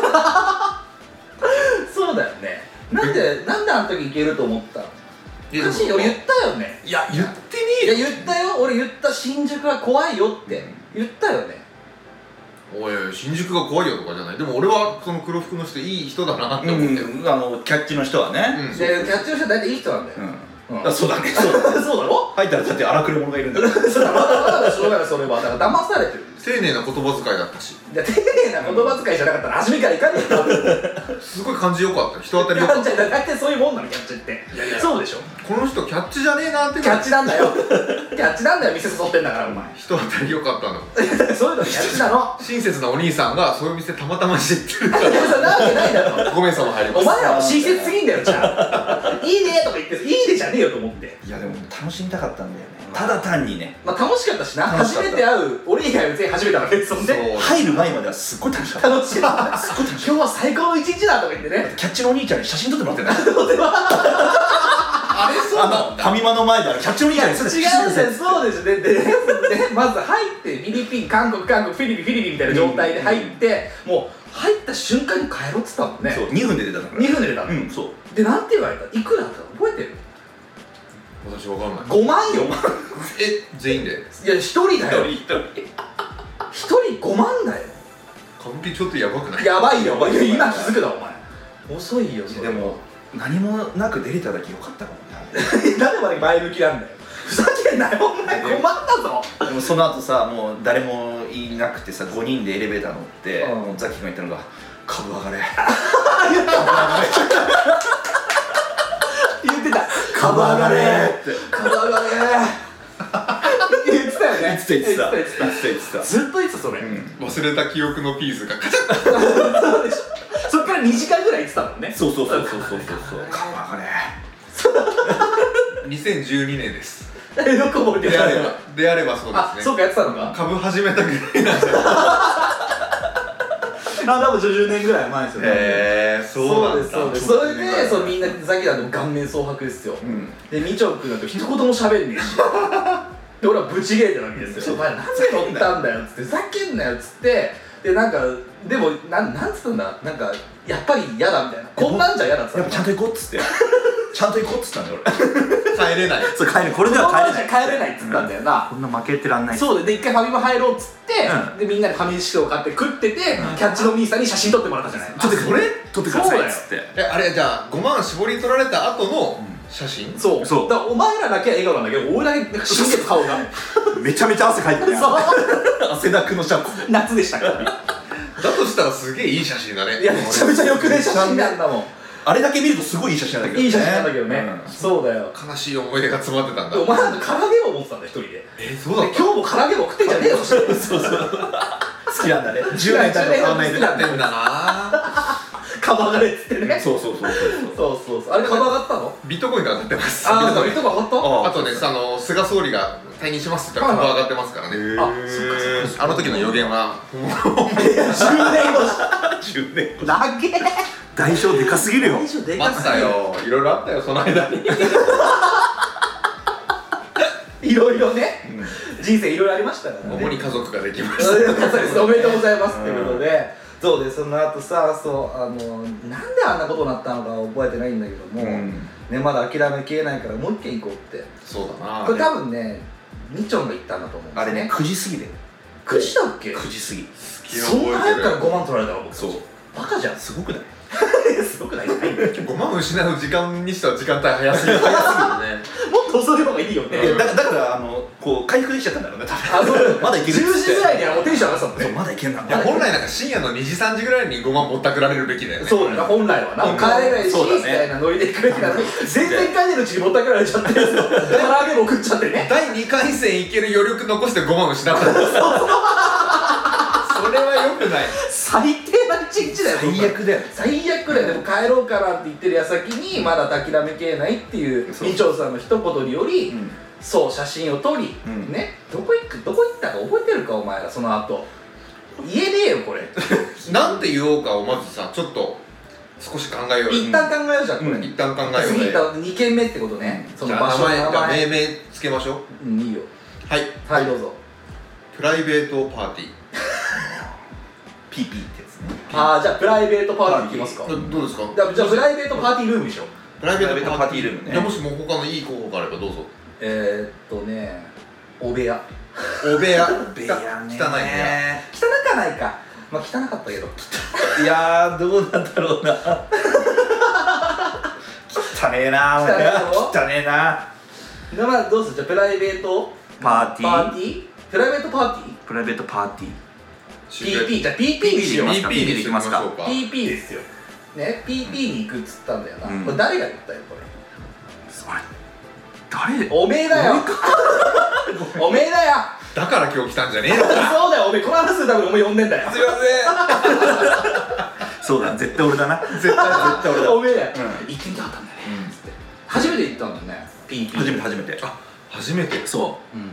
そうだよねなんでなんであの時いけると思ったの」いやおかしいよ言ったよねいや言ってねいや言ったよ俺言った新宿は怖いよって言ったよねおいおい新宿が怖いよとかじゃないでも俺はその黒服の人いい人だなって思ってるうん、あのキャッチの人はね、うんでキャッチの人は大体いい人なんだよう、んうんあそうだねそうだねそうだろ入ったらだって荒くれ者がいるんだからそうだろだからしょうがないそれはだから騙されてる丁寧な言葉遣いだったしいや丁寧な言葉遣いじゃなかったら初めからいかねえよすごい感じよかった人当たりよキャかッっチだってそういうもんなのキャッチってそうでしょたこの人キャッチじゃねえなってぐキらャいッチなんだよキャッチなんだよ店誘ってんだからお前人当たりよかったのそういうのキャッチなの親切なお兄さんがそういう店たまたま知ってるかいやそんなわけないだろらごめんさま入りまおす前らも親切すぎんだよじゃあいいねとか言っていいねじゃねえよと思っていやでも楽しみたかったんだよねただ単にねまあ楽しかったしな楽し初かっためて会う俺以外は全員初めてだからねそんでそう入る前まではすっごい楽しかった楽しい今日は最高の一日だとか言ってねキャッチのお兄ちゃんに写真撮ってもらってないどうでもあれそうなんファミマの前であるキャッチオンいみたや違いうなですそうですね でででまず入ってフィリピン韓国韓国フィリピンフィリピンみたいな状態で入って、もう入った瞬間に帰ろうっつったもんねそう2分で出たんだから2分で出たの、うんそうでなんて言われたいくらだったの覚えてる私わかんない5万よえ全員でいや1人だよ1一人人5万だよカンピちょっとやばくないやばいよお前いや今気づくなお前遅いよそれでも何もなく出れただけよかったかもね誰まで前向きなんだよふざけんなよお前5万だぞでもその後さもう誰もいなくてさ5人でエレベーター乗って、うんもうザキ君が言ったのが「株上がれ」言ってた「株上がれって「株上がれ」言ってたよね言って言ってた言ってた言って言ってたたずっと言ってたそれ、うん忘れた記憶のピースがカチャッそうでしょそっから2時間ぐらい言ってたもんねそうそうそうそうそうそうそう株上がれ2012年ですえどこも出でたあのれ ばであればそうあですそうねかやってたのか株始めたぐらいなんであ多分10年ぐらい前ですよへえそうですそうですそれちょっとでねそうみんなザキだの顔面蒼白ですよ、んでみちょくんなんか一言も喋んねえしで俺はブチギレてるわけですよ「お前なんで取ったんだよ」っつって「ふざけんなよ」っつってでなんかでもなんなんつったんだなんかやっぱり嫌だみたいなこんなんじゃ嫌だっつったやっぱちゃんと行こうっつ ってちゃんと行こうっつったんだよ俺帰れないそう帰るこれこでのはまま帰じゃれない帰れないっつったんだよな、こんな負けてらんないそうでで一回ファミマ入ろうっつって、うでみんなでファミチキを買って食ってて、キャッチの兄さんに写真撮ってもらったじゃないちょっとこれ取ってくださいっつってえあれじゃあ5万絞り取られた後の写真、そうそうだからお前らだけは笑顔なんだけど俺だけなんか死んでる顔がめちゃめちゃ汗かいてるやんそう汗だくのシャンプー夏でしたからだとしたらすげえいい写真だねいやめちゃめちゃよくね写真なんだもんあれだけ見るとすごいいい写真なんだけどねいい写真なんだけどね、うんそうだよ悲しい思い出が詰まってたんだお前なんか唐揚げ棒持ってたんだ一人ででえそうだっ今日も唐揚げ棒食ってんじゃねえよそして好きなんだね10年経っても変わんないで10年経っても好きなんたんだなカバがれっつってねそうそうそうそうそうそうそうあれカバ上がったのビットコインが上がってますああそうビいットうとコインこ本当あとねあの菅総理が退任しますって言ったら株上がってますからねあそっかそっあの時の予言はか10年越し10年長え代償でかすぎるよ大丈夫でか待ってたよいろいろあったよその間 にいろいろね、人生いろいろありましたからね主に家族ができましおめでとうございます。 おめでとうございます。ということで、そうでその後さ、そうあのなんであんなことになったのか覚えてないんだけども、んねまだ諦めきれないからもう一軒行こうったて。そうだなこれ多分ね、みちょんが行ったんだと思うんですあれねね。 9時過ぎで9時だっけ？ 9時過ぎそんな早くから5万取られたの僕。そうバカじゃん。 すごくないすごくない？ないもっ5万失う時間にしては時間帯早すぎる早すぎるねと遅い方がいいよね。いやだだからあのこう回復できちゃったんだろうね多分あ、そうまだいけるっつって10時ぐらいにはもうテンション上がっそてたもうんね。まだいけんないや 本来なんか深夜の2時3時ぐらいに5万ぼったくられるべきだよねそうだよ、本来はな、うん帰れないし、そうだねみたいなノリで行くべきな のに、全然帰れるうちにぼったくられちゃって、唐揚げも食っちゃって ね。第2回戦いける余力残して5万 失ったんですそれはよくない最低な一日だよ最悪だよ最悪だよでも帰ろうかなって言ってる矢先にまだ諦めきれないっていうそうみちょさんの一言により、うんそう写真を撮り、うんねどこ行くどこ行ったか覚えてるかお前らその後言えねえよこれ なんて言おうかをまずさちょっと少し考えようよ一旦考えようじゃんこれ、一旦考次えよ行っうよた2軒目ってことね、そじのゃ場あ所名の前名が命前名つけましょううんいいよはいはいどうぞプライベートパーティーピーピーってやつねああじゃあプライベートパーティー行きますかどどうですかじゃあじゃあプライベートパーティールームでしょプライベートパーティープライベートパーティールームねじゃあもしも他のいい候補があればどうぞえー、っとねお部屋お部屋ベ汚い部屋汚かないかまあ汚かったけどいやーどうなんだろうな汚ねえな汚ねえだろ汚ねえなでまあどうするじゃあプライベートパーティーパーティープライベートパーテプライベートパーティーィー PP じゃあ PP にしようますか PP にしましょうか PP ですよね PP に行くっつったんだよな、うんこれ誰が言ったよこれそれ誰おめえだよ おめえだよだから今日来たんじゃねえのすいそうだよおめえこの話するためにお前呼んでんだよませそうだ絶対俺だな 絶対絶対俺おめえだよ、う行ってみたかったんだね、つって初めて行ったんだよね PP 初めて初めてあ初めてそうん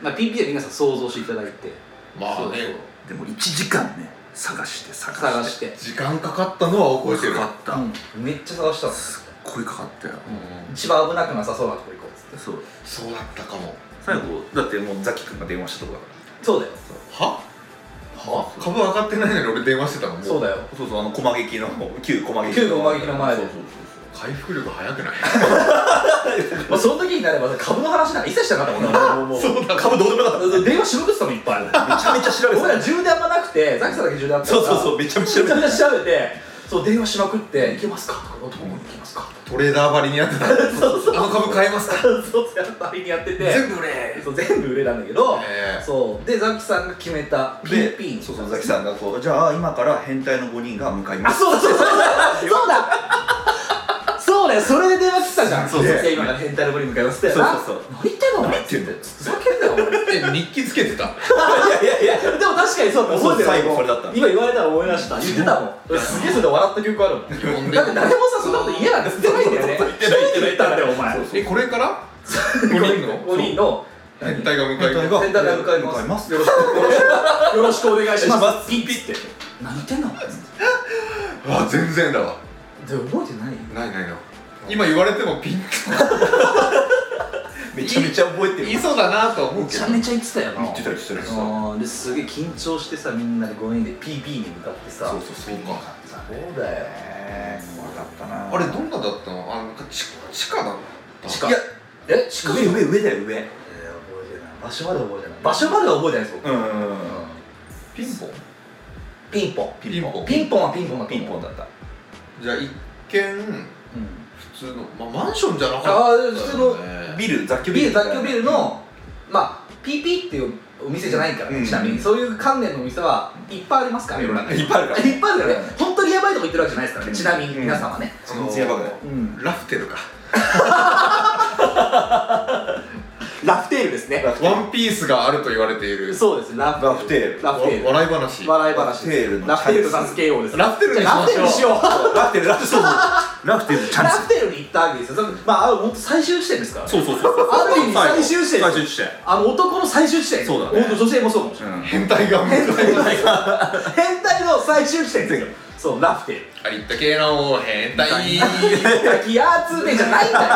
まあ PP で皆さん想像していただいてまあねうでも1時間ね探して探して探して時間かかったのは覚えてるかかった、うんめっちゃ探したんですこいかかったよ一番危なくなさそうなとこ行こうっつってそうそうだったかも最後だってもうザキ君が電話したとこだかそうだよはは株上がってないのに俺電話してたのもうそうだよらそうそうあの駒劇の旧駒劇旧駒劇の前でそうそう回復力早くないまあその時になれば株の話なんか一切したなかったもんなもうもうそうそう株どうでもよかっ電話しまくってたもんいっぱいためちゃめちゃ調べて俺ら充電あんまなくてザキさんだけ充電あったたかそうらそうそうめちゃめめちちゃゃ調べめてちゃ調べてそう電話しまくって「行けますか?」とか「どこに行きますか?」トレーダーばりにやってたそうそうあの株買えますかそうやっぱりやってて全部売れそう全部売れたんだけど、ええそうでザキさんが決めたピンピンでそうそうザキさんがこうじゃあ今から変態の5人が向かいまあすそうだそうだそうだそうだよそれで電話来たじゃんそうそういや今から変態のボリに向かいますってそうそうそうな何言ってんのお前何言ってんのふざけんなよお前え日記つけてたいやいやいやでも確かにそうだ覚えてるそう最後それだった今言われたら思い出した言ってたもん俺すげえそれで笑った記憶ある もんだって読んで誰もさそんなこと言えなんて言ってないんだよね言ってない言ってない言ったんだよお前えこれから5 5人の人の変態が迎え変に行態くが変態が向かいます向かいますよろしくよろしくお願いしますピッピッて何言ってんのあ全然だわで覚えてないないないない今言われてもピンとめちゃめちゃ覚えてるいそうだなとは思うめけちどゃめちゃ言ってたよな言ってた言ってた言ってたうんですげえ緊張してさみんなで5人で PB に向かってさそうそうそうかそうだよ分かったなあれどんなだったのあなんか地地下だった地下いやえ近い上上上だよ上覚えてない場所まで覚えてない場所までは覚えてないです僕うんうんピンポンピンポンピンポンピンポンはピンポピンポンンだと思うだったじゃあ一見うん普通の、まあ、マンションじゃなかったああよね普通のビル雑居ビビルル雑居ビルのまあ PP っていうお店じゃないからね、うんちなみにそういう関連のお店はいっぱいありますから世の中にいっぱいあるからいっぱいあるからね本当にヤバいとこ行ってるわけじゃないですからねちなみに皆様ねあの全然やばくないうんラフテルかラフテールですねワンピースがあると言われているそうですララフテールラフテールわ笑い話笑い話ですラフテールのラフテールと名付けようですラフテルにしましょうじゃあラフテルにしようラフテルラフテルラフテルチャンラスフテルに行ったわけですよそれまああの本当最終地点ですからねそうそうそうそうある意味最終地点最終地点あの男の最終地点そうだね本当女性もそうかもしれないうん変態が変態の変態の最終地点ですよそうラフテありったけの変態ーかき集めじゃないんだよ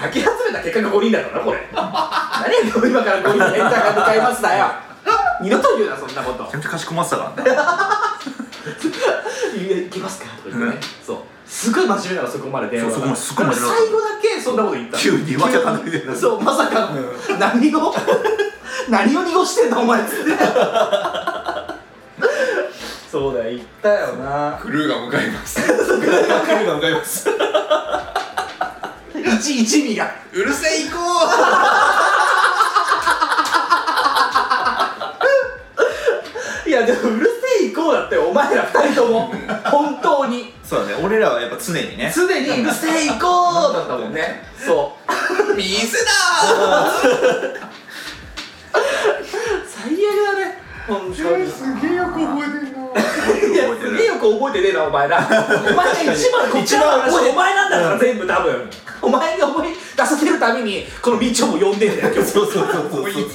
かき集めた結果が5人だからなこれ何やねん今から5人変態が向かいますだよ二度と言うなそんなことめちゃめちゃかしこまってたからね行きますかとか言ってね、うんそうすごい真面目なのそこまで電話がそうそこまですごい真面目なの最後だけそんなこと言ったの急にわけわかんない急にそうまさかの、何を 何を濁してんのお前っつってそうだよ言ったよなクルーが向かいますクルーが向かいます一一味がうるせえ行こいやでもうるせえ行こうだってお前ら二人とも本当にそうだね俺らはやっぱ常にね常にうるせえ行こうだったもんねそうう店だ最悪だね本当にすげえよく覚えてるないや、すげえよく覚えてねえな、お前ら。お前が一番こっちの話、お前なんだから、全部多分。お前が思い出させるために、このみちょも呼んでんだよ、 今日。そうそうそうそう。もういい。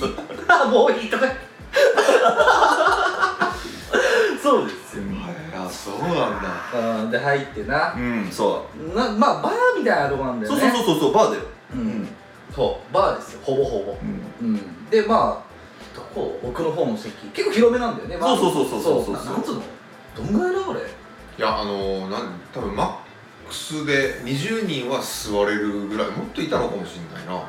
あ、もういいとか。そうですよ。やそうなんだうん、で、入ってな。うんそな、まあ、バーみたいなとこなんうだそようね。そうそうそうバーだよう。うん。そう、バーですよ、ほぼほぼ。うんうん。で、まあ。どこ、奥の方の席、結構広めなんだよね。まあそうそうそうそうそうそうななんつうの。どんぐらいだ、これ。いやあのー、なん多分マックスで20人は座れるぐらいもっといたのかもしれないな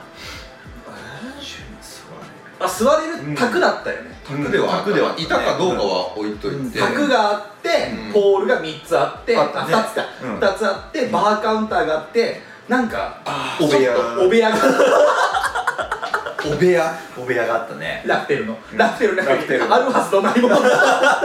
あ座れる卓だったよね、卓では卓ではいたかどうかは置いといて、卓があって、うんポールが3つあってあったね2つか、うん2つあってバーカウンターがあってなんかお部屋ちょっとお部屋がお部屋お部屋があったねラフテルの、うんラフテルの中ラフテルにあるはずのない ものが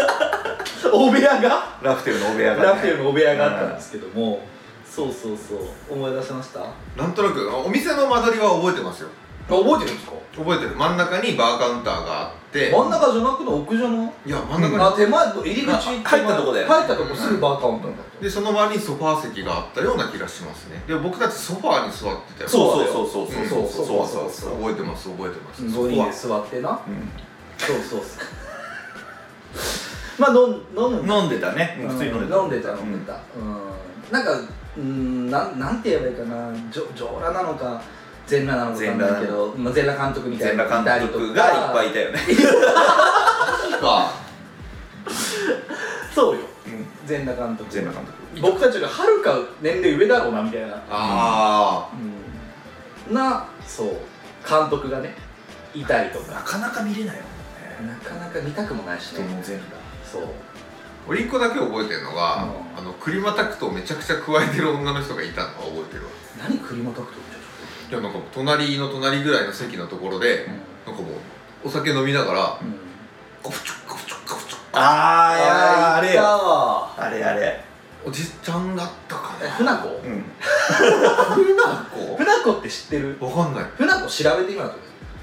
お部屋がラフテルのお部屋がねラフテルのお部屋があったんですけども、そうそうそう思い出しましたなんとなくあお店の間取りは覚えてますよ覚えてるんですか覚えてる真ん中にバーカウンターがあって真ん中じゃなくの奥じゃないいや真ん中に、あ手前の入り口手前あ入ったとこだよね入ったとこすぐバーカウンターだったでその周りにソファー席があったような気がしますねで僕たちソファーに座ってたよそうそうそうそうそうそうそうそそううそそうう覚えてます覚えてます、 5人で座ってなうんそうそうそうまあ飲ん飲む飲んでたねうん普通に飲んでた飲んでた飲んでたうんなんかうんなんなんて言えばいいかなジョジョーラなのか全裸なのか分かんないけどまあ全裸監督みたい全な裸監督がいっぱいいたよねそうようん全裸監督全裸監督僕たちよりはるか年齢上だろうなみたいな、あうん、なそう監督がねいたりとなかかなか見れないよなかなか見たくもないし人ねの全裸そうあ俺一個だけ覚えてるのが、うんあのクリマタクトをめちゃくちゃ加えてる女の人がいたのは覚えてるわ何栗本監督いやなんか隣の隣ぐらいの席のところで、なんかもうお酒飲みながらうんカフチョッカフチョッカフチョああーいたわあれあれッおじちゃんだったかえな船子うん船船子って知ってる子わかんない船子調べてみなと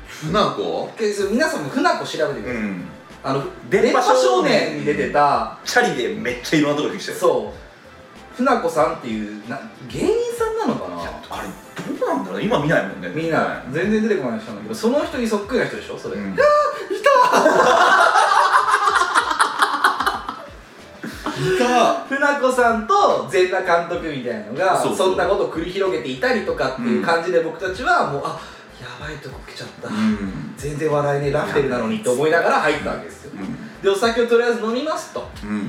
船子けど皆さんも船子調べてみて、うんあの電電波波少少年年に出てた、チャリでめっちゃいろんなとこ行ってきたよそう船子さんっていうな芸人さんなのかいやなあれどうなんだろう今見ないもんねみんな全然出てこない人なんだけどその人にそっくりな人でしょそれ、うんいた船子さんと全裸監督みたいなのがそうそそうんなことを繰り広げていたりとかっていう感じで僕たちはもう、あやばいとこ来ちゃった、うん全然笑えねえラフテルなのにって思いながら入ったわけですよ、でお酒をとりあえず飲みますとうんうん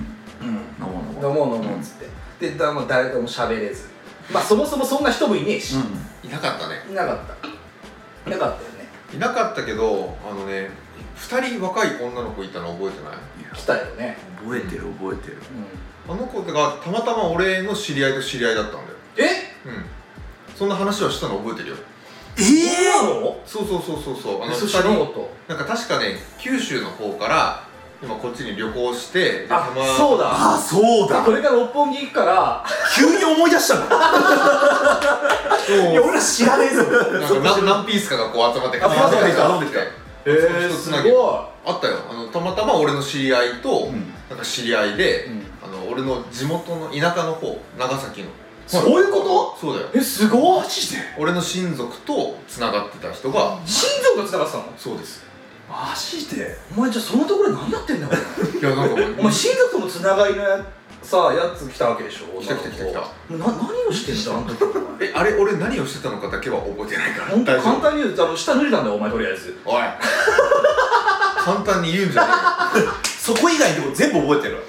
飲もう飲飲もうもう飲もうっつって、でだまあ誰とも喋れずまあそもそもそんな人もいねえし、いなかったねいなかったいなかったよねいなかったけどあのね2人若い女の子いたの覚えてない来たよね覚えてる覚えてるうあんの子がたまたま俺の知り合いと知り合いだったんだよえうんそんな話はしたの覚えてるよえなのそうそうそうそうそうあのそ2う知らなか人ったなんか確かね九州の方から今こっちに旅行してであたまそうだあそうだこれから六本木行くから急に思い出したのそういや俺ら知らねえぞなんかな何ピースかがこう集まってあ集まってきた集まってきえそー、うすつごないぎあったよあのたまたま俺の知り合いと、うんなんか知り合いで、うんあの俺の地元の田舎の方長崎のそういうこそうだよとえすごいジで俺の親族とつながってた人が心臓がつながってたのそうですマジでお前じゃあそのところで何やってんだよいやなんかもうお前親族とのつながりのやさやつ来たわけでしょ来た来た来た来たな何をしてんだあの時お前えあれ俺何をしてたのかだけは覚えてないから本当大丈簡夫単に言うとあの下脱いだんだよお前とりあえずおい簡単に言うんじゃねそこ以外のとこ全部覚えてる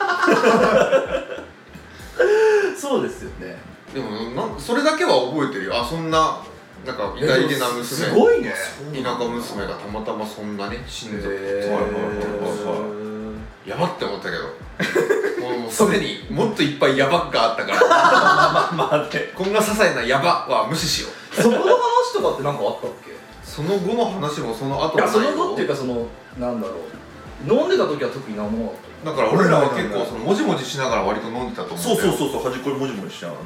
そうですよねえよでもなんそれだけは覚えてるよあそんななんか偉大げな娘すごいね田舎娘がたまたまそんなね親族へとーはいはいはいはいやばって思ったけ どもうもうすでにもっといっぱいやばっがあったから待ってこんな些細なやばは無視しようそこの話とかって何かあったっけその後の話もその後もいやないそよの後っていうかそのなんだろう飲んでた時は特に何もなかっだから俺らは結構そのもじもじしながら割と飲んでたと思うんだそようそうそうそう端っこにもじもじしながら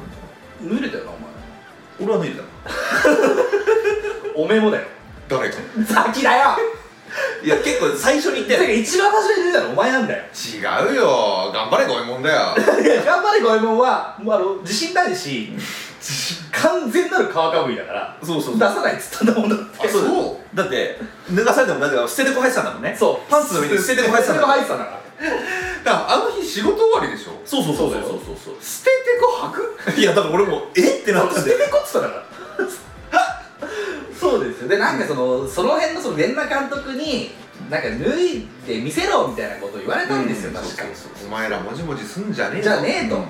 た脱いでたよなお前俺は脱いでたのおめえも だよ誰か先だよいや結構最初に言ったてよか一番初めに出たのお前なんだよ違うよ頑張れごえもんだよいや頑張れ五右衛門はもうあの自信ないし完全なる皮かぶりだからそうそうそう出さないっつったんだもんだってあそうだって脱がされてもだって捨ててこ入ってたんだもんねそうパンツの上に捨ててこ入ってたんだもん捨ててこ入ってたんだからだからあの日仕事終わりでしょそうそうそうそうそうだよそうそう捨ててこ吐くいやだから俺もえってなった捨んてだよてこっつったんだからそうですよでなんかその、その辺のその連絡監督になんか脱いで見せろみたいなことを言われたんですよ、確かお前らもじもじすんじゃねえじゃああねえと、うん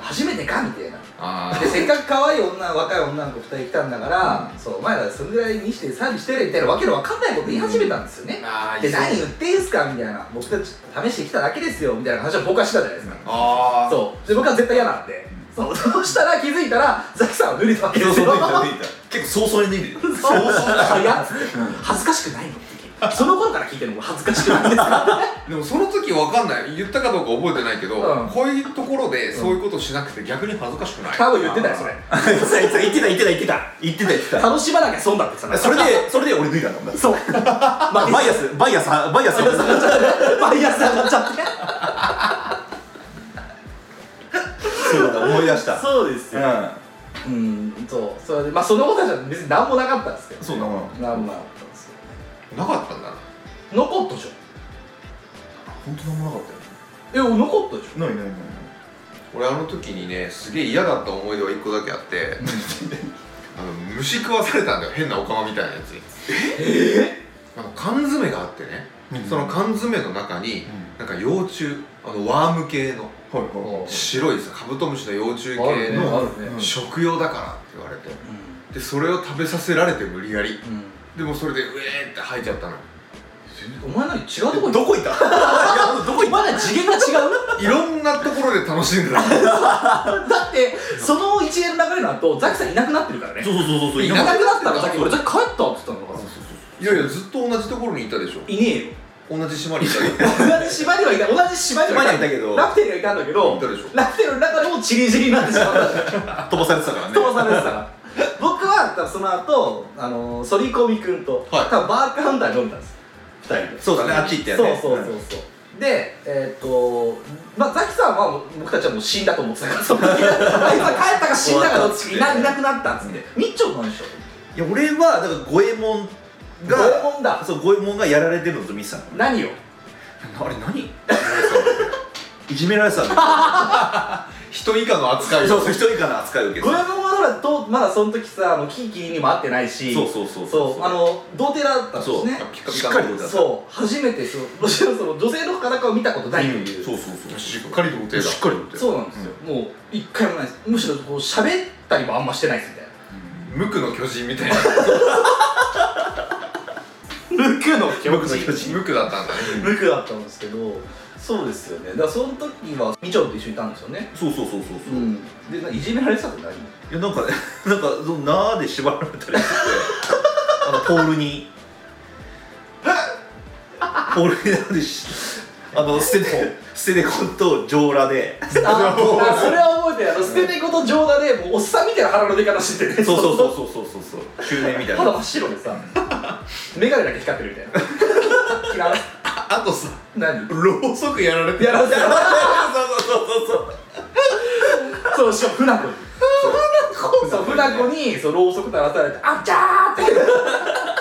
初めてかみたいなあでせっかく可愛い女若い女の子2人来たんだから、そうお前らそれぐらいにして詐欺してるみたいなわけのわかんないこと言い始めたんですよね、あで何言ってんすかみたいな僕たち試してきただけですよみたいな話を僕はしたじゃないですか、あーそうで僕は絶対嫌なんで、そうそしたら気づいたらザキさんは無理だわけですよそうそう脱いでた脱いでた結構早々に脱いでたそう早っ恥ずかしくないのってその頃から聞いてるのも恥ずかしくないですかでもその時わかんない言ったかどうか覚えてないけど、うんこういうところでそういうことしなくて逆に恥ずかしくない、多分言ってたよそれ言ってた言ってた言ってた言ってた言ってた言ってた楽しまなきゃ損だってさそれでそれで俺脱いだんだもんだってそうまあバイアスバイアスバイアスバイアス上がっちゃってバイアス上がっちゃってそうだ思い出したそうですううんそうそれでまあそのことじゃ別に何もなかったんですけんそうだもんど何もなかったんですよなかったんだな残ったじゃん本当なんもなかったよえ残ったじゃんないないないない俺あの時にねすげえ嫌だった思い出は一個だけあってあの虫食わされたんだよ変なオカマみたいなやつにえあの缶詰があってね、その缶詰の中に、なんか幼虫あのワーム系の白いさカブトムシの幼虫系あるねのあるね食用だからって言われて、でそれを食べさせられて無理やり、でもそれでウェーって吐いちゃったのお前何違うとこにどこ行った どこお前ら次元が違ういろんなところで楽しんでたいだってその一連の流れの後ザキさんいなくなってるからねそうそうそうそういなくなったらザキ俺ザキ帰ったって言ったのかなやいやずっと同じところにいたでしょいねえよ同じ島にいたでしょ同じ島にはいた同じ島にはいた島にはいたけど楽天にはいたんだけいどたでしょ楽天の中でもチリチリになってしまったじゃん飛ばされてたからね飛ばされてたから僕はだからその後あの反り込み君と、はい多分バーカウンターで飲んだんです二人でそうだねあっち行ったよねそうそうそうそう、でえーっ、とまあザキさんはもう僕たちはもう死んだと思ってたか らその時あいつは帰ったか死んだかどっちかいないなくなったっつってみっちょの話をいや俺はだから五右衛門拷が問だそう五右衛門がやられてるのと見てたの何をあれ何いじめられてたん だ人以下の扱いけどそうそう一人から扱いを受け五て右た衛門はほらとまだその時さあのキーキーにも会ってないしそうそうそうそうあの童貞だったんですそうねピカピしっカのかりとうそう初めてその もちろんその女性の裸を見たことないという、そうそうそうしっかりとお手だしっかりとってそうなんですよ、もう一回もないですむしろこう喋ったりもあんましてないですみたいな無垢の巨人みたいな無垢の気僕の巨人無垢だったんだね無垢だったんですけどそうですよねだからその時はみちょんと一緒にいたんですよねそうそうそうそうそう、いんでないじめられてたことないやなんかね なんかそのなーで縛られたりしててあのポール にポールになんでしあの捨てて捨ててこと上裸で ああそれは覚えてるあの捨て猫と上田でもうおっさんみたいな腹の出方しててね そうそううそうそうそうそうそう中年みたい肌な真っ白でさ眼鏡だけ光ってるみたいな 嫌いあとさ何ろうそくやられてやらせそうそうそうそうしかも船子にそう船子にそうろうそく垂らされて「あっちゃー!」って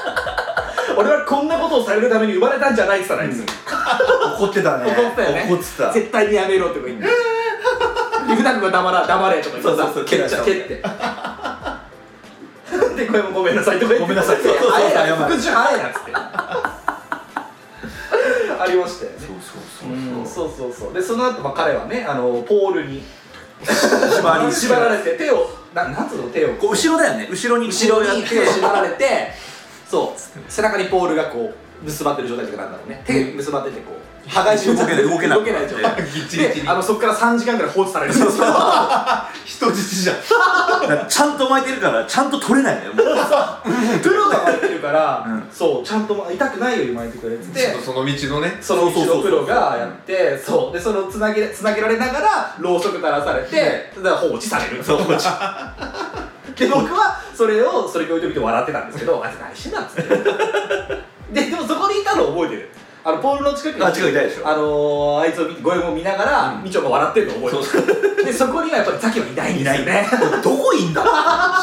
俺はこんなことをされるために生まれたんじゃないって言ったらいいんですよ怒ってたね怒ったよね怒ってた絶対にやめろって言ってで船子が黙ら黙れとか言ってそうそうそさう蹴っちゃ蹴ってでこれもごめんなさいとか言ってごめんなさいそうそうそうあえ謝なる復讐あえなっつってありましたよねそうそうそううんそうそうそうでその後まあ彼はねあのポールに 縛り縛られて手をななんつうの手をこう後ろだよね後ろに後ろにこう手をやって縛られてそう背中にポールがこう結ばってる状態とかなんだろうね手結ばっててこう破壊し動けない動けない動けない状態ぎっちりであのそこから3時間ぐらい放置されるんですよ 人質じゃんだからちゃんと巻いてるからちゃんと取れないのよもうプロが巻いてるから、うんそうちゃんとま痛くないように巻いてくれっててその道のねそのうそちうそのうそプうロがやってそうでそのつなげつなげられながらろうそく垂らされて、だから放置されるそうこっち で僕はそれをそれに置いてみて笑ってたんですけどあいつ何してんだっつってででもそこにいたの覚えてるあのポールの近くにあ近くいたでしょあのー、あいつを見五右衛門見ながら、みちょが笑ってるの覚えてるでそこにはやっぱりザキはいないんですよいなねいどこいんだ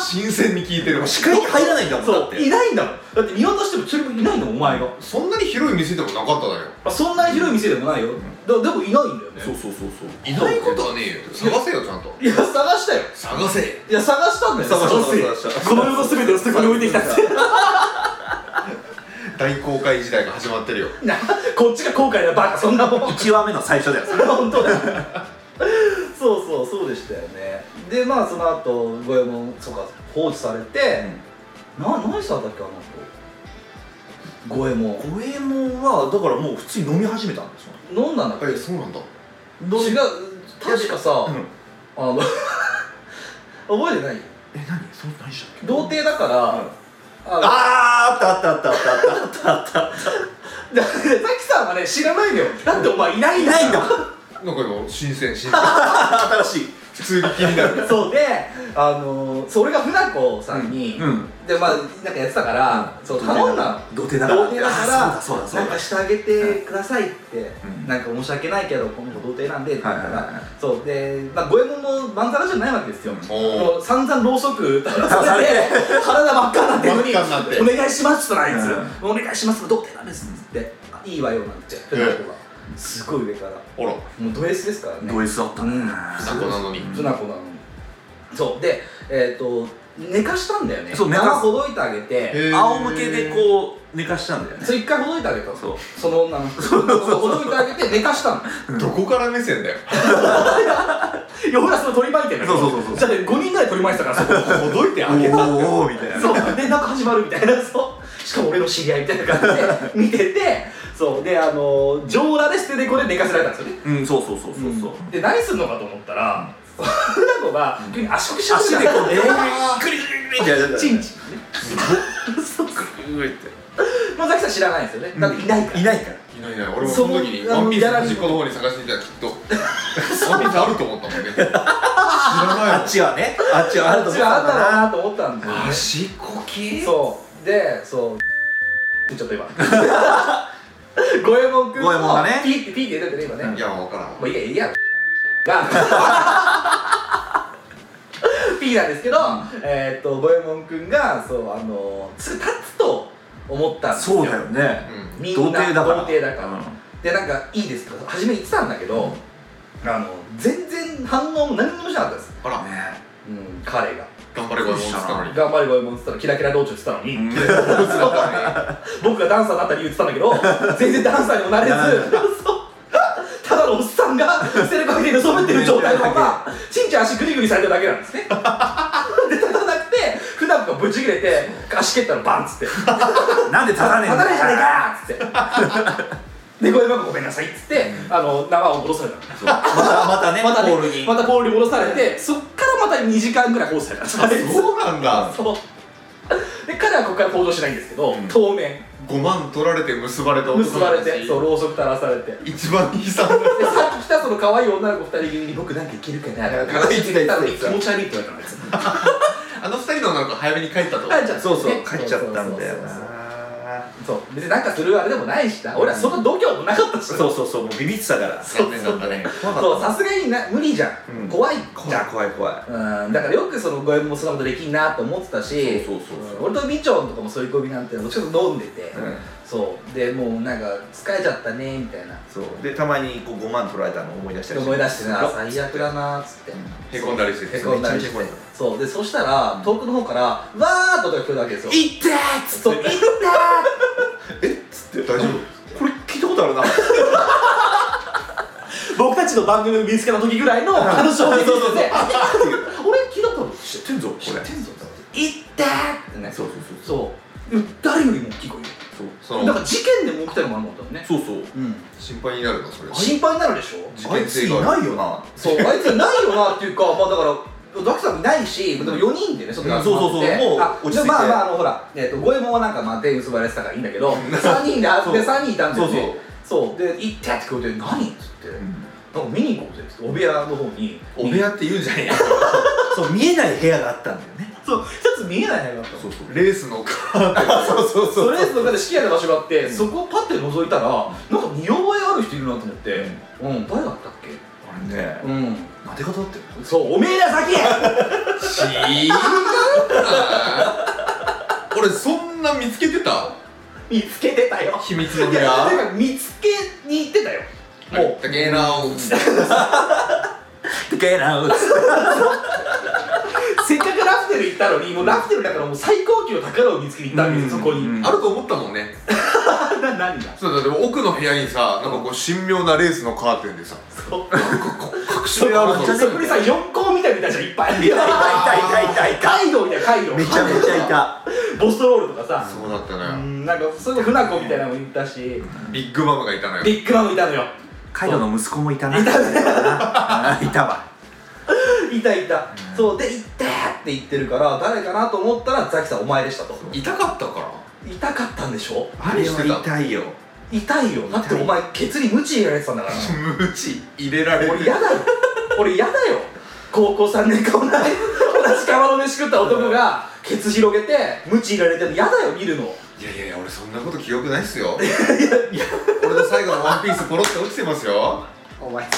新鮮に聞いてる視界に入らないんだもんだっそういてないんだもんだって見渡しても一人もいないんだもんお前がそんなに広い店でもなかっただよあそんなに広い店でもないよ、だでもいないんだよねそうそうそうそういないことはねえよ探せよちゃんといや探したよ探せいや探したんだよ探したよ探したこの世の全てをそこに置いてきたって大公開時代が始まってるよなこっちが後悔だよバカそんなもん1話目の最初だよ本当だそうそうそうでしたよねでまあその後五右衛門そうか放置されて、な何したんだっけあの子五右衛門五右衛門はだからもう普通に飲み始めたんですよ飲んだんだっけえそうなんだ違う確かさ、うんあの 覚えてないえ何その何したっけ童貞だから、あのあーあったあったあったあったあったあっただってザキさんはね知らないのよだってお前いないんだないんだなんか今新鮮新鮮新しい普通に気になる そうであのそれが船子さんに、うんでまあなんかやってたから、そう頼んだの童貞だから童貞だからあそうだそうだそうなだんかしてあげてくださいって、うんなんか申し訳ないけどこの子童貞なんでって言ったら、はいはいはいそうでまあ五右衛門もまんざらじゃないわけですよ、おーもう散々ろうそく垂らさ れて体真っ赤になってるのに真っ赤になってお願いします」って言ったらあいつ、お願いします」「童貞なんです」っつって「あいいわよ」なんて船子が。すごい上からおろもうド S ですからねド S あったね、ふなこなのにふなこなのにそうでえっ、と寝かしたんだよねそう寝かす生ほどいてあげてへー仰向けでこう寝かしたんだよねそう一回ほどいてあげたのそうその女の人そうほどいてあげて寝かしたのどこから目線だよいやほらその取り巻いてるそうそうそうそうだって5人ぐらい取り巻いてたからそこほどいてあおげたーおーみたいな そうでなんか始まるみたいなそうしかも俺の知り合いみたいな感じで見ててそうであの上裸で捨て猫で寝かせられたんですよねうんそうそうそうそうそうで何するのかと思ったらふなこが急に圧縮し始めた足でこうグリグリグリいやいやいや チンチン野崎さん知らないですよねだっていないから、いないからいないいない俺もその時にワンピースの端っこの方に探してみたらきっとワンピースあると思ったもんね知らないあっちはねあっちはあるとそ思れあんだろううなと思ったんですよね足こきそうでそう言っちょっと今 五右衛門君五右衛門がねピーってピーって出てるね今ね、いや分からんもういいやいいや が P なんですけど、えーっと五右衛門君がそうあのすぐ立つと思ったんですよそうだよねうみんな童貞だから童貞だから、うんでなんかいいですけど初め言ってたんだけど、あの全然反応も何もしなかったです、んあらねうん、彼が頑張れごえもんつったのに頑張れ五右衛門っつったらキラキラ道中っつったのに、僕がダンサーだった理由っつったんだけど全然ダンサーにもなれずならなそうただのおっさんが捨てるかけて寝そべってる状態のままちんちん足グリグリされただけなんですねで立たなくて普段がぶち切れて足蹴ったのバンっつってなんで立たねえんだ立たねえじゃねえかっつってで、これなんかごめんなさいっつって、あの、縄を戻されたのそうまたまたねまたねポールにまたポールに戻されて、そっからまた2時間ぐらい放置されたんですそうなんだそうで、彼はここから行動しないんですけど、当面5万取られて結ばれた結ばれたて、そう、ろうそく垂らされて一番悲惨なでさっき来たその可愛い女の子2人組に僕なんかいけるかなって話してたのに気持ち悪いって言われたのあいつあの二人のなんか早めに帰ったと帰っちゃったそうそう帰っちゃったんだよなそう別になんかするあれでもないしな俺はその度胸もなかったしそうそうそうもうビビってたから残念だったね怖かそうったさすがにな無理じゃん、うん怖いじ怖ゃいん怖い怖いうんだからよくその五右衛門もそんなことできんなって思ってたしそうそうそうそうん俺とみちょんとかもそういう組なんてどっちかというと飲んでて、うんそうでもうなんか疲れちゃったねみたいなそうでたまにこう5万取られたのを思い出したり思い出してなそう最悪だなっつって、へこんだりしてへてこんだりしてそうでそしたら遠くの方からわーっと音が聞こえたわけですよ行ってーっつそういったー大丈夫これ聞いたことあるな僕たちの番組を見つけた時ぐらいのあの衝撃ですよね俺聞いたこと知ってんぞ知ってんぞ行ってーってねそうそうそうそうでも誰よりも大きい声よそだのから事件でも起きたのもあるもんだよねそうそううん心配になるのそれ心配になるでしょ事あい件つ性いがあなるいよなそうあいついないよなっていうかまあだからダクさんもいないし、でも4人でね、そうんそうそうそうもう落ち着いてまあまあ、あのほら、えっと五右衛門はなんか、まあ、手結ばれてたからいいんだけど、3人で、あで3人いたんですよ、ね、そうで、行ってって言うて、何っつって、なんか見に行こうぜっつって、お部屋の方に、お部屋って言うんじゃねえよそう見えない部屋があったんだよねそう、一つ見えない部屋があったのそうそうレースのカーそうそうとりあえず、中で式屋の場所があって、そこをパッて覗いたら、なんか見覚えある人いるなと思って、うん、誰だったっけあれねうん、なで方だってそう、おめえら先へしー 俺そんな見つけてた見つけてたよ秘密のい部や屋てか見つけに行ってたよももううだけなおてけえなうせっかくラフテル行ったのにもうラフテルだからもう最高級の宝を見つけに行ったわけですうんそこに、うんあると思ったもんねな何がそうだでも奥の部屋にさなんかこう神妙なレースのカーテンでさそう隠し部屋あるぞそこにさ四皇みたいみたいじゃんいっぱいいや痛い痛い痛いカイドウみたいなカイドウめちゃめちゃいたボストロールとかさそうだったうのよんなんかそういう船子みたいなのもいたしビッグマムがいたのよビッグマムいたのよカイドの息子もいたないたねいたわいたいたそうで行ってって言ってるから誰かなと思ったらザキさんお前でしたと痛かったから痛かったんでしょあれは痛いよ痛いよだってお前ケツにムチ入れられてたんだから無知入れられ俺る嫌だよ俺嫌だよ高校3年間同じ同じ釜の飯食った男がケツ広げてムチ入れられてるの嫌だよ見るのいやいやいや俺そんなこと記 憶ないっすよ俺の最後のワンピースポロって落ちてますよお前さ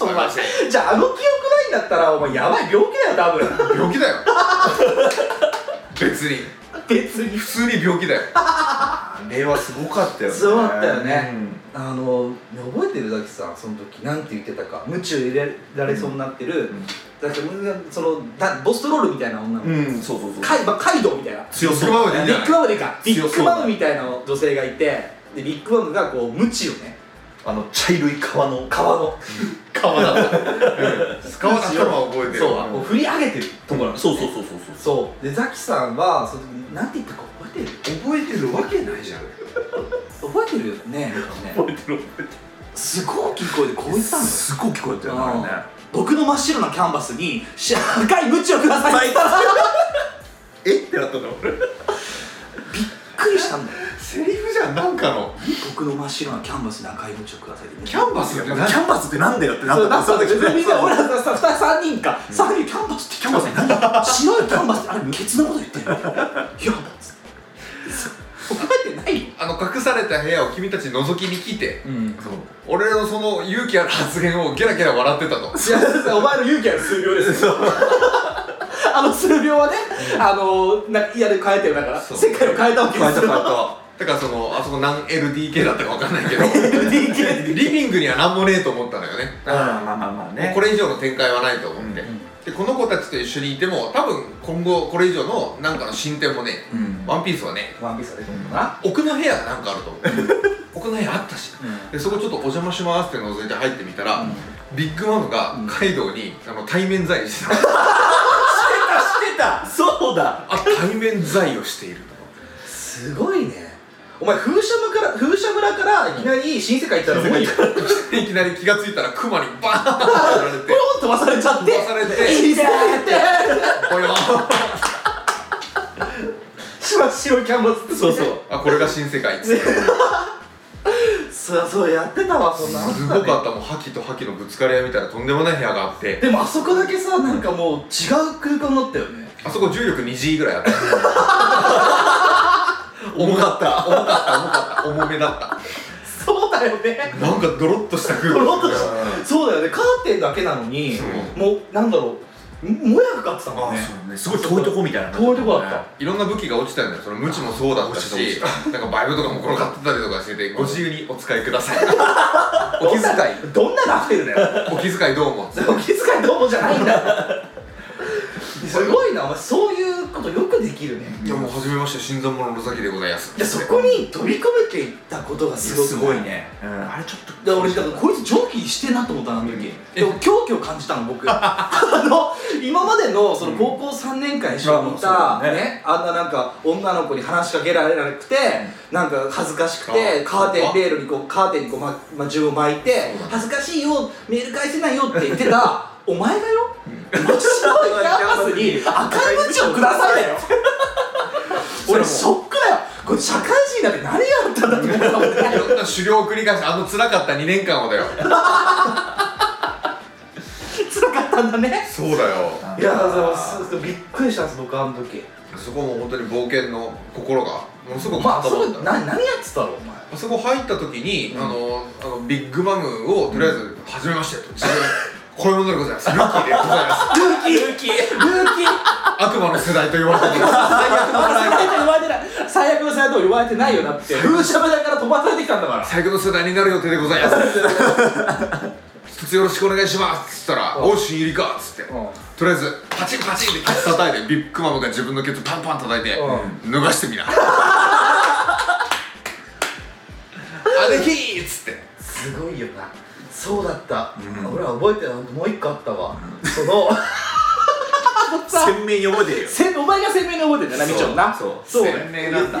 お前じゃああの記憶ないんだったらお前やばい病気だよ多分病気だよ別に別に普通に病気だよれはすごかったよねすごかったよねあの覚えてるだけさその時なんて言ってたか夢中入れられそうになってる、だってそのなボストロールみたいな女の子、うん、うんそうそうそうカイまあカイドウみたいな強そうビッグマムでいいんビじゃないッグマムでいいかビ強そうッグマムみたいな女性がいてでビッグマムがこう無知をねあの茶色い皮の川 の皮だった顔の頭は覚えてるそうこう振り上げてるところなんですそねうそうそうそうそうそうでザキさんはその時なんて言ったか覚えてる覚えてるわけないじゃん覚えてるよね覚えてる覚えてるすごい大きい声でこう言ったんだよすっごい聞こえたよねあれね僕の真っ白なキャンバスにし赤いムチをくださいって言ったらえってなったんだ俺びっくりしたんだよセリフじゃんなんかの僕の真っ白なキャンバスに赤いムチをくださいってキャンバスってキャンバスってなんだよってなそうったなんかその時みんな俺らさ2三人か3人キャンバスってキャンバスって何白いキャンバスってあれケツのこと言ってるのいやつって覚えてないよあの隠された部屋を君たち覗きに来てうんそう俺のその勇気ある発言をゲラゲラ笑ってたといやだってお前の勇気ある数秒ですよ あの数秒はね、あのなんか嫌で変えてるだからそう世界を変えたわけですよだからそのあそこ何 LDK だったか分かんないけど LDK リビングには何もねえと思ったのよねああまあまあまあねこれ以上の展開はないと思って、うんでこの子たちと一緒にいても多分今後これ以上のなんかの進展もね、うんワンピースはねワンピースが出てるのかな奥の部屋がなんかあると思う奥の部屋あったし、でそこちょっとお邪魔しますって覗いて入ってみたら、ビッグマムがカイドウに、あの対面在位してたしてたそうだあ対面在位をしているとすごいねお前風車村から風車村からいきなり新世界行ったらもういいよいきなり気がついたらクマにバーンってやら れて飛ばされちゃって飛ばされていい ってこれは白白いキャンバスってそうそうあこれが新世界っつってすそうそうやってたわそんなのごかったもう覇気と覇気のぶつかり合いみたいなとんでもない部屋があってでもあそこだけさなんかもう違う空間だったよねあそこ重力 2G ぐらい あった重かった重かった重かった重めだったそうだよねなんかドロッとした空気ドロッとしたそうだよねカーテンだけなのにうもうなんだろうもやかかってたあもんあねそうねすごい遠いとこみたいな遠いとこだったいろんな武器が落ちたんだよその無知もそうだったしなんかバイブとかも転がってたりとかしててご自由にお使いくだ さいお気遣いどんなラフテルだよお気遣いどうもお気遣いどうもじゃないんだすごいなお前そういうことよくできるねいやもう初めまして新参者の崎でございますいやそこに飛び込めていったことがすごくすごいねうんあれちょっとだから俺だからこいつ上気してんなと思ったなあの時、でも狂気を感じたの僕あの今までのその高校3年間一緒まにいあまた、あそうねだねあんななんか女の子に話しかけられなくて、なんか恥ずかしくてあカーテあンレールにこうカーテンにこう、まま、銃を巻いて「恥ずかしいよメール返せないよ」って言ってたお前だよ面白いキャンパスに赤いムチをくださいだよ 俺ショックだよこれ社会人だって何やったんだって思った もんねいろんな狩猟を繰り返してあの辛かった2年間をだよ辛かったんだねそうだよいやーそうびっくりしたんです僕あの時そこも本当に冒険の心がものすごくまあ固そまこった、な何やってたろお前あそこ入った時に、あのあのビッグマムをとりあえず「初めまして」と自分「これものでございます」「ルーキーでございます」ルーキールーキールーキー「悪魔の世代」と言われています最悪の世代と言われてない最悪の世代とは言われてないよだって風車村から飛ばされてきたんだから最悪の世代になる予定でございます一つよろしくお願いしますっつったら「おう新入りか」っつってとりあえずパチンパチンってケツ叩いてビッグマムが自分のケツパンパン叩いて脱がしてみなあれきーっつってすごいよなそうだった、俺は覚えてるもう一個あったわ、その 鮮明に覚えてるよせお前が鮮明に覚えてるんだなみちょんなそうそう鮮明なんだ言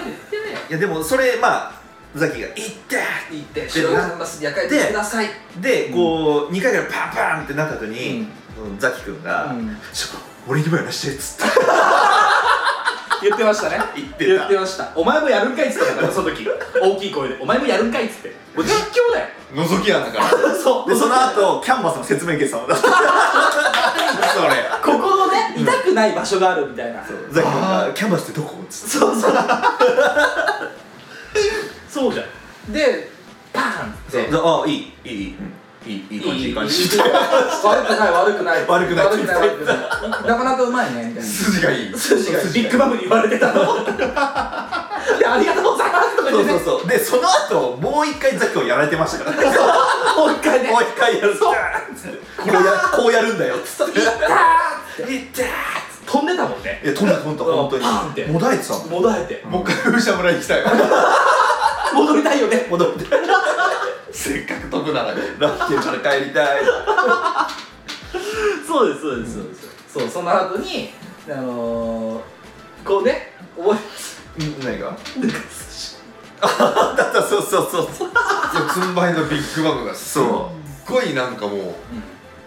ってねいやでもそれまあザキが「いって!」って言って「で白いキャンバスに赤いてください」でこう2回ぐらいパンパンってなった後に、うん、ザキ君が、うんちょ俺にもやらして」っつって言ってましたね言って言たってましたお前もやるんかいっつってたからその時大きい声でお前もやるんかいっつってもう実況だよ覗き穴から そ うでその後キャンバスの説明受けてたもん だザそれここのね痛くない場所があるみたいなそうキ君が「キャンバスってどこ?」っつってそうそうじゃんでパーンってでああいいいいいいうんいいいい感じいい感じ悪くない悪くない悪くない悪くない悪くないなかなかうまいねみたいな筋がいい筋がビッグマムに言われてたのでありがとうございますとかれそうそでねうそうでその後もう一回ザキをやられてましたからもう一回ねもう一回やるぞこうやこうやるんだよっつっていや飛んでたもんね飛んだ飛んだ本当にパーンってもだえてたもんもだえてもう一回風車村行きたい戻りたいよね戻ってせっかく飛ぶならねラッキーから帰りたいそうですそうですそうです、そうその後にあのー、こうね覚ん 何がえてすだったそうそうそうそう四つん這いのビッグマムがすっごいなんかも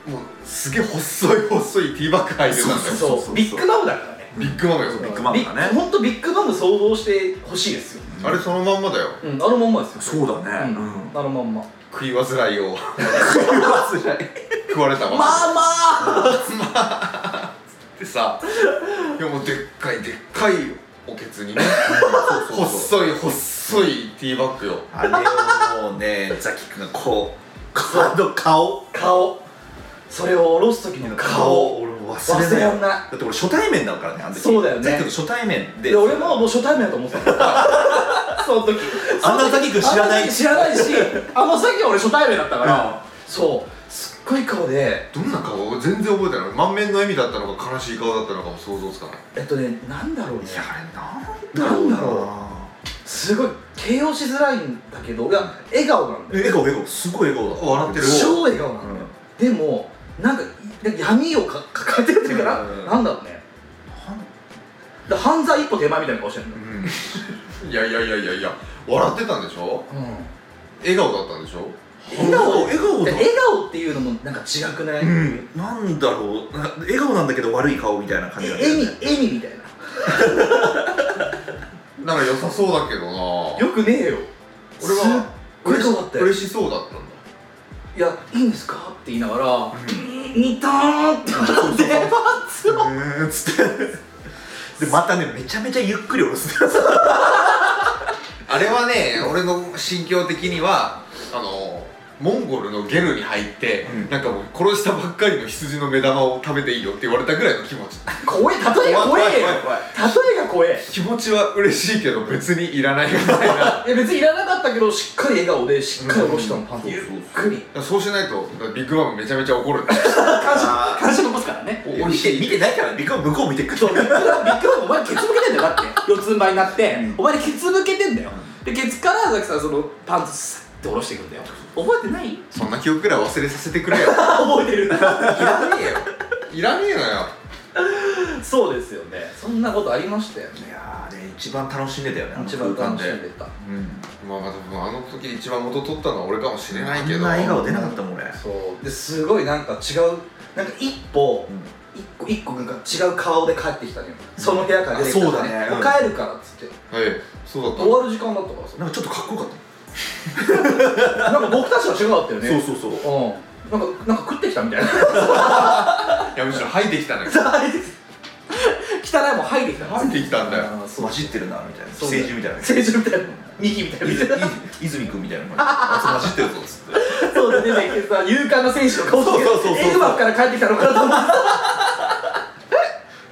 う、もうすげえ細い細いティーバッグ入ってたんだよそうビッグマムだからねビッグマムよビッグマムだね本当ビッグマム想像してほしいですよ、あれそのまんまだようん、あのまんまですよそうだねううんんあのまんま食い煩いを食われたわまあまあってさでもでっかいでっかいおけつにね細い細いティーバッグよあれをもうねザキ君がこうあの顔顔それを下ろす時の顔顔俺も忘れな忘れいらんなだって俺初対面だからねあの時そうだよねザキ君初対面いでで俺ももう初対面だと思ってた その時あんなザキ君知らないあの時知らないしあの先は俺初対面だったからそうすっごい顔でどんな顔全然覚えてない満面の笑みだったのか悲しい顔だったのかも想像つかないえっとねなんだろうねいやあれななんんだだろうろすごい形容しづらいんだけどいや笑顔なんうだよな笑顔笑顔すごい笑顔だ笑ってる超笑顔なんだよ、でもなんかい闇をか抱えてるっていうかな、うんなんだろうねだ犯罪一歩手前みたいな顔してるんだよ、うんいやいやいやいやいや笑ってたんでしょ笑顔だったんでしょ笑顔笑顔でだ笑顔っていうのもなんか違くない、うんなんだろうな笑顔なんだけど悪い顔みたいな感じだったよ笑みね笑みみたいななんか良さそうだけどな俺よくねえよ俺はすっごい嬉良しかったよ嬉しそうだったんだいやいいんですかって言いながら「にたーん」って笑ってうーんつってでまたねめちゃめちゃゆっくり下ろすんだよあれはね俺の心境的にはあのモンゴルのゲルに入って、うんなんかもう殺したばっかりの羊の目玉を食べていいよって言われたぐらいの気持ち怖え例えが怖えよ例えが怖え気持ちは嬉しいけど別にいらないみたいないや別にいらなかったけどしっかり笑顔でしっかり下ろしたのパンツゆっくり そうしないとビッグマムめちゃめちゃ怒るんだよあ感謝残すからねおー美味見してい見てないからビッグマム向こう見てくそうとビッグマンビッグマンお前ケツ向けてんだよだって四つん這いになって、お前ケツ向けてんだよでケツからザキさんそのパンツさって下ろしていくんだよ覚えてないそんな記憶くらい忘れさせてくれよ覚えてるいらねえよいらねえのよ そうですよねそんなことありましたよねいやーね一番楽しんでたよねあの一番空間楽しんででたまあまあでもあの時で一番元取ったのは俺かもしれないあけんどな笑顔出なかったもん俺そうですごいなんか違うなんか一歩、一個一個なんか違う顔で帰ってきたのよ、その部屋から出てきたからあそうだねもう帰るからっつって、はいそうだった終わる時間だったからさなんかちょっとかっこよかっなんか僕たちとは違かったよたねそうそうそううんなんかなんか食ってきたみたいないやむしろ吐いてきた のよ汚いもん入ってきた吐いてきたんだよあーそう混じってるなみたいなそうだ政よ治みたいな成人みたいなミキみたいなみたいな泉君みたいな感じあいつ混じってるぞっつってそうだねねさ勇敢な選手の 顔そうそうそうそうエルバから帰ってきたのかなと思っ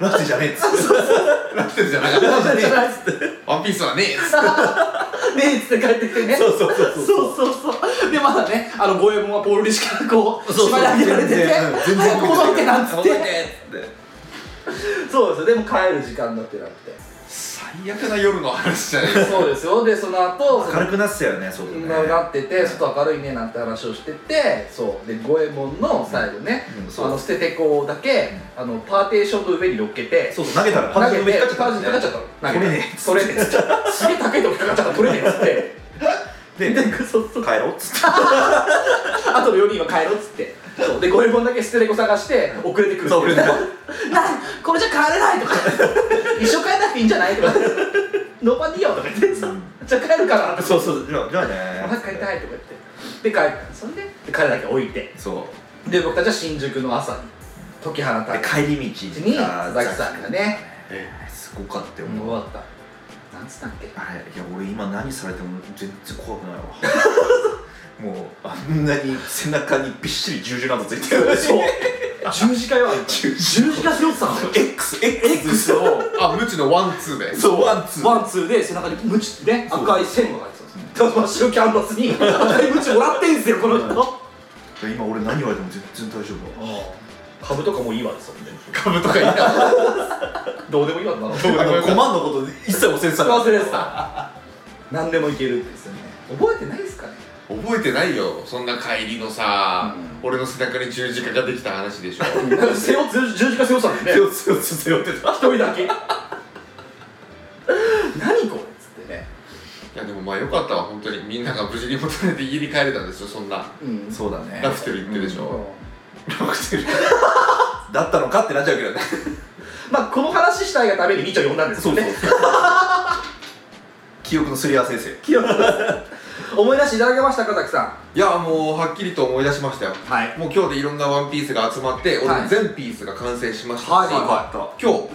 ラッツじゃねえっつってラクテルじゃなかった たじゃないっつってワンピースはねえっつってねえっつって帰ってきてねそうそうそうそうそうそうそうでまだねあの五右衛門はポールにしかこうそう縛り上げられてて全然全然早く戻ってなんつってでそうですよでも帰る時間になってなくて最悪な夜の話じゃねえそうですよでその後明るくなってたよねそうだねなってて外明るいねなんて話をしててそうで五右衛門の最後ね、うんあの捨ててこうだけ、あのパーテーションの上に乗っけてそうそう投げたら投パンチげの上て引っかかっちパゃンっチたにかかっちゃったの取投げれねえそれねえっつってすげえ高いとこ引っかかっちゃったから取れねえっつってでで帰そうそうろうっつってあとの4人は帰ろうっつってそうで五右衛門だけ捨て猫探して遅れてくるってそう遅れてく なこれじゃ帰れないとか一生帰らなくていいんじゃないとかノーパンでいいよとか言ってさじゃあ帰るからそうそうじゃあじゃあねお腹帰りたいとか言ってで帰ったそれでで彼だけ置いてそで僕たちは新宿の朝に解き放うたでれた帰り道にザキさんがねすごかったよ終もうわったなんつったっけあれいや俺今何されても全然怖くない わもうあんなに背中にびっしり十字などついてるそう 十字架よあんた十字架背負ってたの XX をあ無知のワンツーでそうワンツーワンツーで背中にムチね赤い線が入ってたんですねだから 真っ白キャンバスに赤いムチもらってんすよこの人今俺何言われても全然大丈夫株とかもういいわですよみたいな株とかいたどうでもいいわだなあの5万のこと一切忘れてた忘れてた 何でもいけるってですよね覚えてないですかね覚えてないよそんな帰りのさ、俺の背中に十字架ができた話でしょなんか 背負って十字架背負ってたんだよね背負って背負ってた一人だけ何これっつってねいやでもまあよかったわ本当にみんなが無事に戻れて家に帰れたんですよそんなうんそうだねラフテル行ってでしょ、ラフテ ルだったのかってなっちゃうけどねまあこの話したいがためにみちょ呼んだんですよね記憶のすり合わせですよ思い出していただけましたかザキさいやもうはっきりと思い出しましたよんはいもう今日でいろんなワンピースが集まって俺はいの全ピースが完成しましたし、はいよかった今日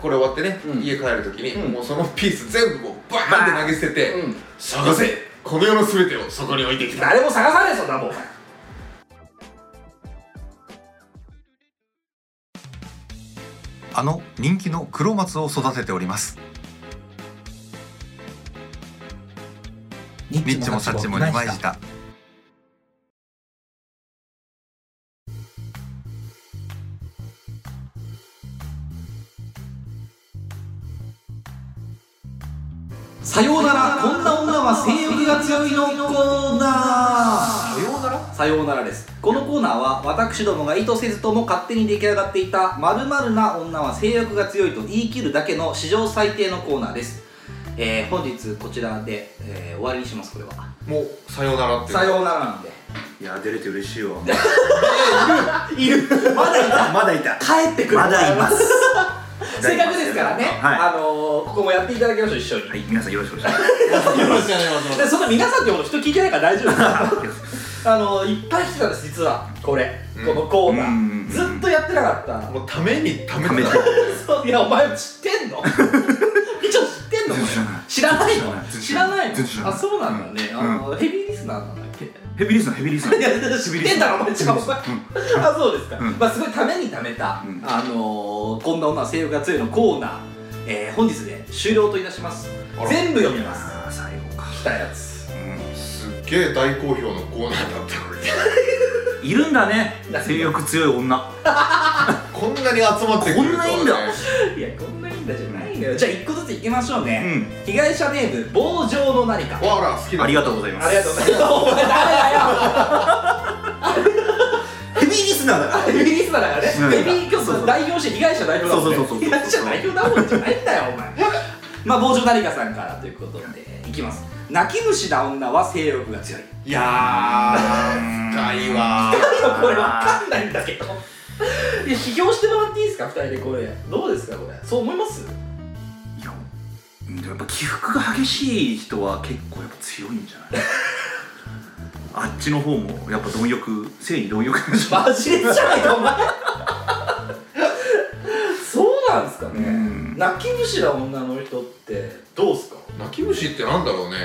これ終わってね、うん家帰る時に、うんもうそのピース全部をバーンって投げ捨てて、うん探せこの世の全てをそこに置いてきた誰も探さないそんなもんあの人気の黒松を育てておりますニニッチもサッチも二枚舌さようならこんな女は性欲が強いのコーナーさようならですこのコーナーは私どもが意図せずとも勝手に出来上がっていた「まるな女は性欲が強い」と言い切るだけの史上最低のコーナーです、えー本日こちらで、えー終わりにしますこれはもうさようならっていうさようならなんでいや出れて嬉 しいわいるまだいたまだいた帰ってくるまだい ますせっかくですからね、はあのーここもやっていただきましょう一緒にい、はい、皆さんよろしくお願いしでその皆さんってこと人聞いてないから大丈夫で すあのーいっぱい来てたんです実はこれ、うんこのコーナうんーずっとやってなかったもうためにためめててたそういやお前知って んの一応知ってんのこれ知らないの知らないの全然知らないあそうなんだね、うんあのヘビーリスナーなんだっけますヘビーリスナーヘビーリスナーいや知ってんだろお前違うお前、あそうですか、うんまあすごいためにためた、うんあのー、こんな女は性欲が強いのコーナー、えー、本日で終了といたしますあら全部読みますあー最後か来たやつすっげえ大好評のコーナーだったのにいるんだね性欲強い女こんなに集まってくるとはねこんないいんだいやこんないいんだじゃないのよじゃあ一個ずついきましょううね、ん被害者ネーム棒状の何かわあら好きだありがとうございますありがとうございますお前ヘビーリスナーだからベビーリスナーだからね、うんベビー教室代表して被害者代表だもんねそうそうそうそう被害者代表だもんじゃないんだよお前まあ傍聴成香さんからということでいきます泣き虫な女は性欲が強いいやー深いわこれ分かんないんだけどいや批評してもらっていいですか二人でこれどうですかこれそう思いますいやうんでもやっぱ起伏が激しい人は結構やっぱ強いんじゃないあっちの方もやっぱ貪欲性に貪欲なんじゃないマジでじゃないかお前そうなんですかうね、ん泣き虫な女の人ってどうっすか泣き虫ってなんだろうね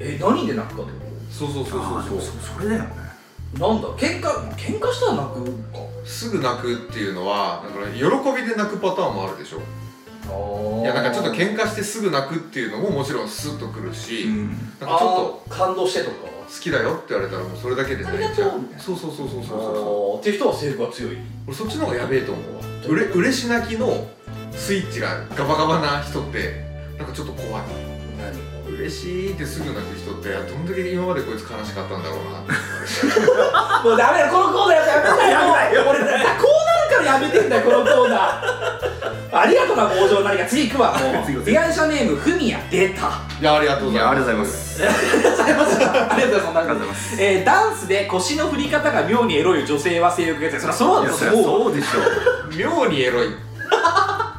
え何で泣くかってこそうそうそうあーでそうもそうそそれだよねとなんだ喧嘩喧嘩したら泣くかすぐ泣くっていうのはだから喜びで泣くパターンもあるでしょいいやなんかちょっと喧嘩してすぐ泣くっていうのももちろんスッとくるし、うんなんかちょっとあー感動してとか好きだよって言われたらもうそれだけで泣いちゃありがとううみたいなそうそうそうそうそうそうそうあーっていう人は性欲が強い俺そっちの方がやべえと思うわうれ嬉し泣きのスイッチがガバガバな人ってなんかちょっと怖い何嬉しいってすぐ泣く人ってどんだけ今までこいつ悲しかったんだろうなもうダメだこのコーナーやめたよやめよ俺だこうなるからやめてんだよこのコーナーありがとうな棒状何か次行くわも次行うこう被害者ネームふみや出たいやありがとうごいざいやあますりがとうございますありがとうございますありがとうございありがとうございまますえーダンスで腰の振り方が妙にエロい女性は性欲が強いそりゃそういだやとそりゃ思うわそうでしょ妙にエロい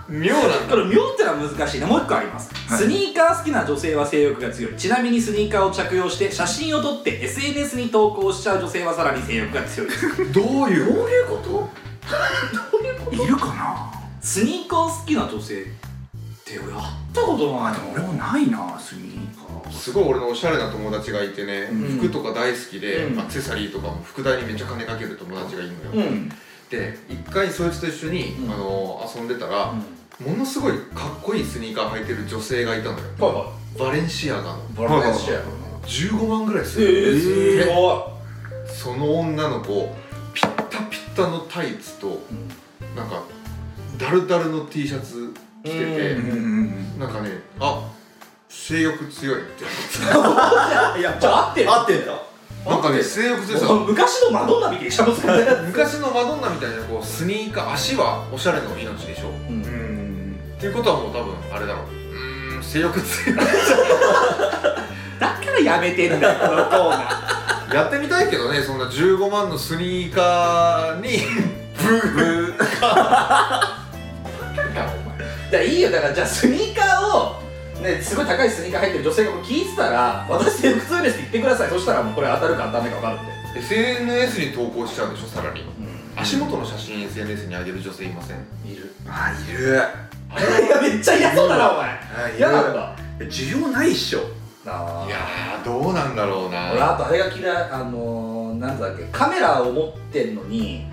妙なんだこれ妙ってのは難しいねもう一個あります、はいスニーカー好きな女性は性欲が強いちなみにスニーカーを着用して写真を撮って SNS に投稿しちゃう女性はさらに性欲が強いですどういう どういうことういるかなスニーカー好きな女性って俺会ったことあないでも俺もないなスニーカーすごい俺のおしゃれな友達がいてね、うん服とか大好きで、うんアクセサリーとかも副題にめっちゃ金かける友達がいるのよ、うんって一回そいつと一緒に、うんあの遊んでたら、ものすごいかっこいいスニーカー履いてる女性がいたのよはバレンシアガのいはいバランスシェア15万ぐらいすえー、る、すごい その女の子ピッタピッタのタイツと、なんかダルダルの T シャツ着てて、なんかねあ性欲強いってやっぱ合ってる合ってんだなんかね性欲強いさ昔のマドンナみたいにしてますからね昔のマドンナみたいなこうスニーカー足はおしゃれの命でしょ、んっていうことはもう多分あれだろううーん性欲強いだからやめてんだよこのコーナーやってみたいけどねそんな15万のスニーカーに ブーブーいやいいよだからじゃあスニーカーをねすごい高いスニーカー入ってる女性がこれ聞いてたら私性欲強いですって言ってくださいそしたらもうこれ当たるか当たらないか分かるって SNS に投稿しちゃうんでしょさらに、足元の写真 SNS に上げる女性いませんいるあいるいやめっちゃ嫌そうだなお前あい嫌なんだな需要ないっしょあいやーどうなんだろう俺なあとあれが嫌いあのー、なんだっけカメラを持ってんのに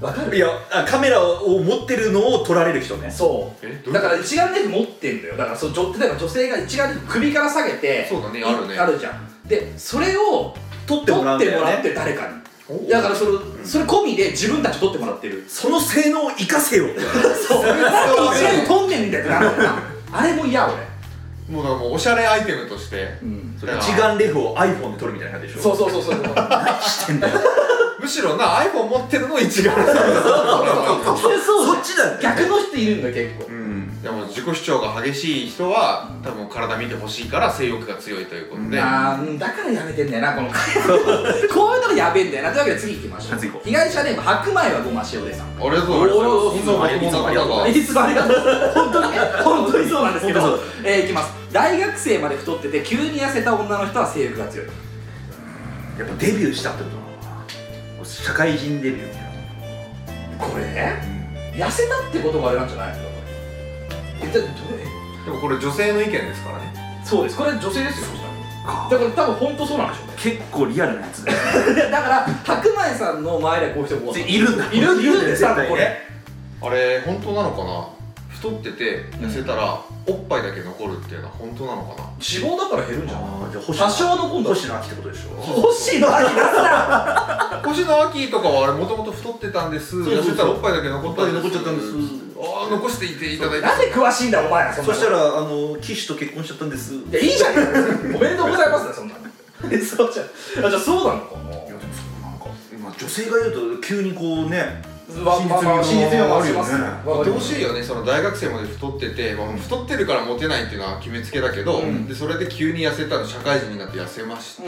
分かるいやあカメラを持ってるのを撮られる人ねそえどういううだこから一眼レフ持ってんだよだからそう女例えば女性が一眼レフ首から下げてそうだねあるねあるじゃんでそれを撮って撮もらうっんだてもよらねって誰かにとおだからそれそれ込みで自分たち撮ってもらってるその性能を生かせよそうさっき一年飛んでんみたいなあれも嫌俺もうだからもうおしゃれアイテムとして、それ一眼レフを iPhone で撮るみたいな感じでしょそうそうそうそうそうむしろな iPhone 持ってるの一眼レフそっちだよ逆の人いるんだ結構うん、でも自己主張が激しい人は多分体見てほしいから性欲が強いということで、あーうんだからやめてんだよなこの会こういうとこやべえんだよなというわけで次行きましょう次行こう被害者ネーム白米はごま塩でさんありがとうございおーおーおますーいつも僕もなんかいつもありがとう本当にね本当にそうなんですけど本当えー、いきます大学生まで太ってて急に痩せた女の人は性欲が強いやっぱデビューしたってことなのかな社会人デビューみたいなこれ痩せたってことがあれなんじゃないですかこれえじゃあどれでもこれ女性の意見ですからねそうですこれ女性ですよかだから多分本当そうなんでしょうね結構リアルなやつだよいやだから白米さんの前ではこういう人こうだった いるんだいるいるんで絶す対多分これあれ本当なのかな太ってて痩せたらおっぱいだけ残るっていうのは本当なのかな脂肪だから減るんじゃんあーじゃあ星多少の今度野秋ってことでしょ星野秋だから星野秋とかはあれもともと太ってたんですそうそうそう痩せたらおっぱいだけ残ったんですおっぱい残っちゃったんですああ残していていただいてなんで詳しいんだお前らそんなそのしたらあの岸と結婚しちゃったんですいやいいじゃねえかおめでとうございますねそんなのえそうじゃあじゃあそうなのかいやでもそうなんか今女性がいると急にこうねなわまあまあ真実味は増しますあるよねやわっかてりほますしいよねその大学生まで太ってて、まあ、太ってるからモテないっていうのは決めつけだけど、でそれで急に痩せたら社会人になって痩せました、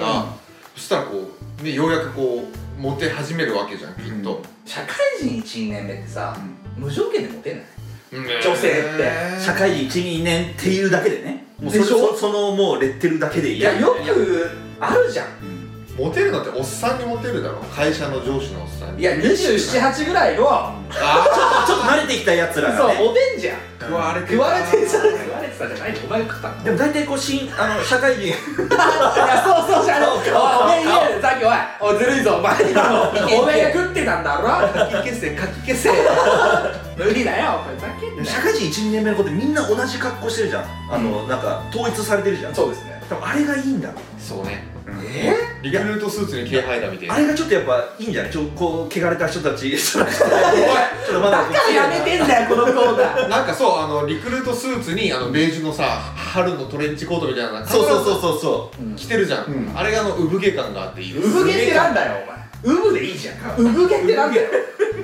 そしたらこう、ね、ようやくこうモテ始めるわけじゃんきっと、社会人1年目ってさ無条件でモテないね女性って社会人12年っていうだけでねもうそれでしょそそのもうレッテルだけでい嫌やよくあるじゃんモテるのっておっさんにモテるだろ会社の上司のおっさんにいや278ぐらいのあちょっと慣れてきたやつらがそうねモテんじゃんあ食われて食るわれてんじゃない食われてたじゃないのお前が食ったのでも大体こうしんあの社会人 いやそうそうじゃねえおいおめえ家でさっきおいおいずるいぞお前今のおめえが食ってたんだろかき消せかき消 せ無理だよお前ふざけんなよ社会人12年目の子ってみんな同じ格好してるじゃんあのなんか統一されてるじゃんそうですね多分あれがいいんだろうそうねえリクルートスーツに毛生えたみたいなあれがちょっとやっぱいいんじゃないちょこう汚れた人た ちちょっとまだだからやめてんだよこのコーナーなんかそうあのリクルートスーツにあのベージュのさ春のトレンチコートみたいなそうそううそうそうそ着てるじゃん、あれがあの産毛感があっていいです産毛ってなんだよお前産でいいじゃん産毛ってなんだよ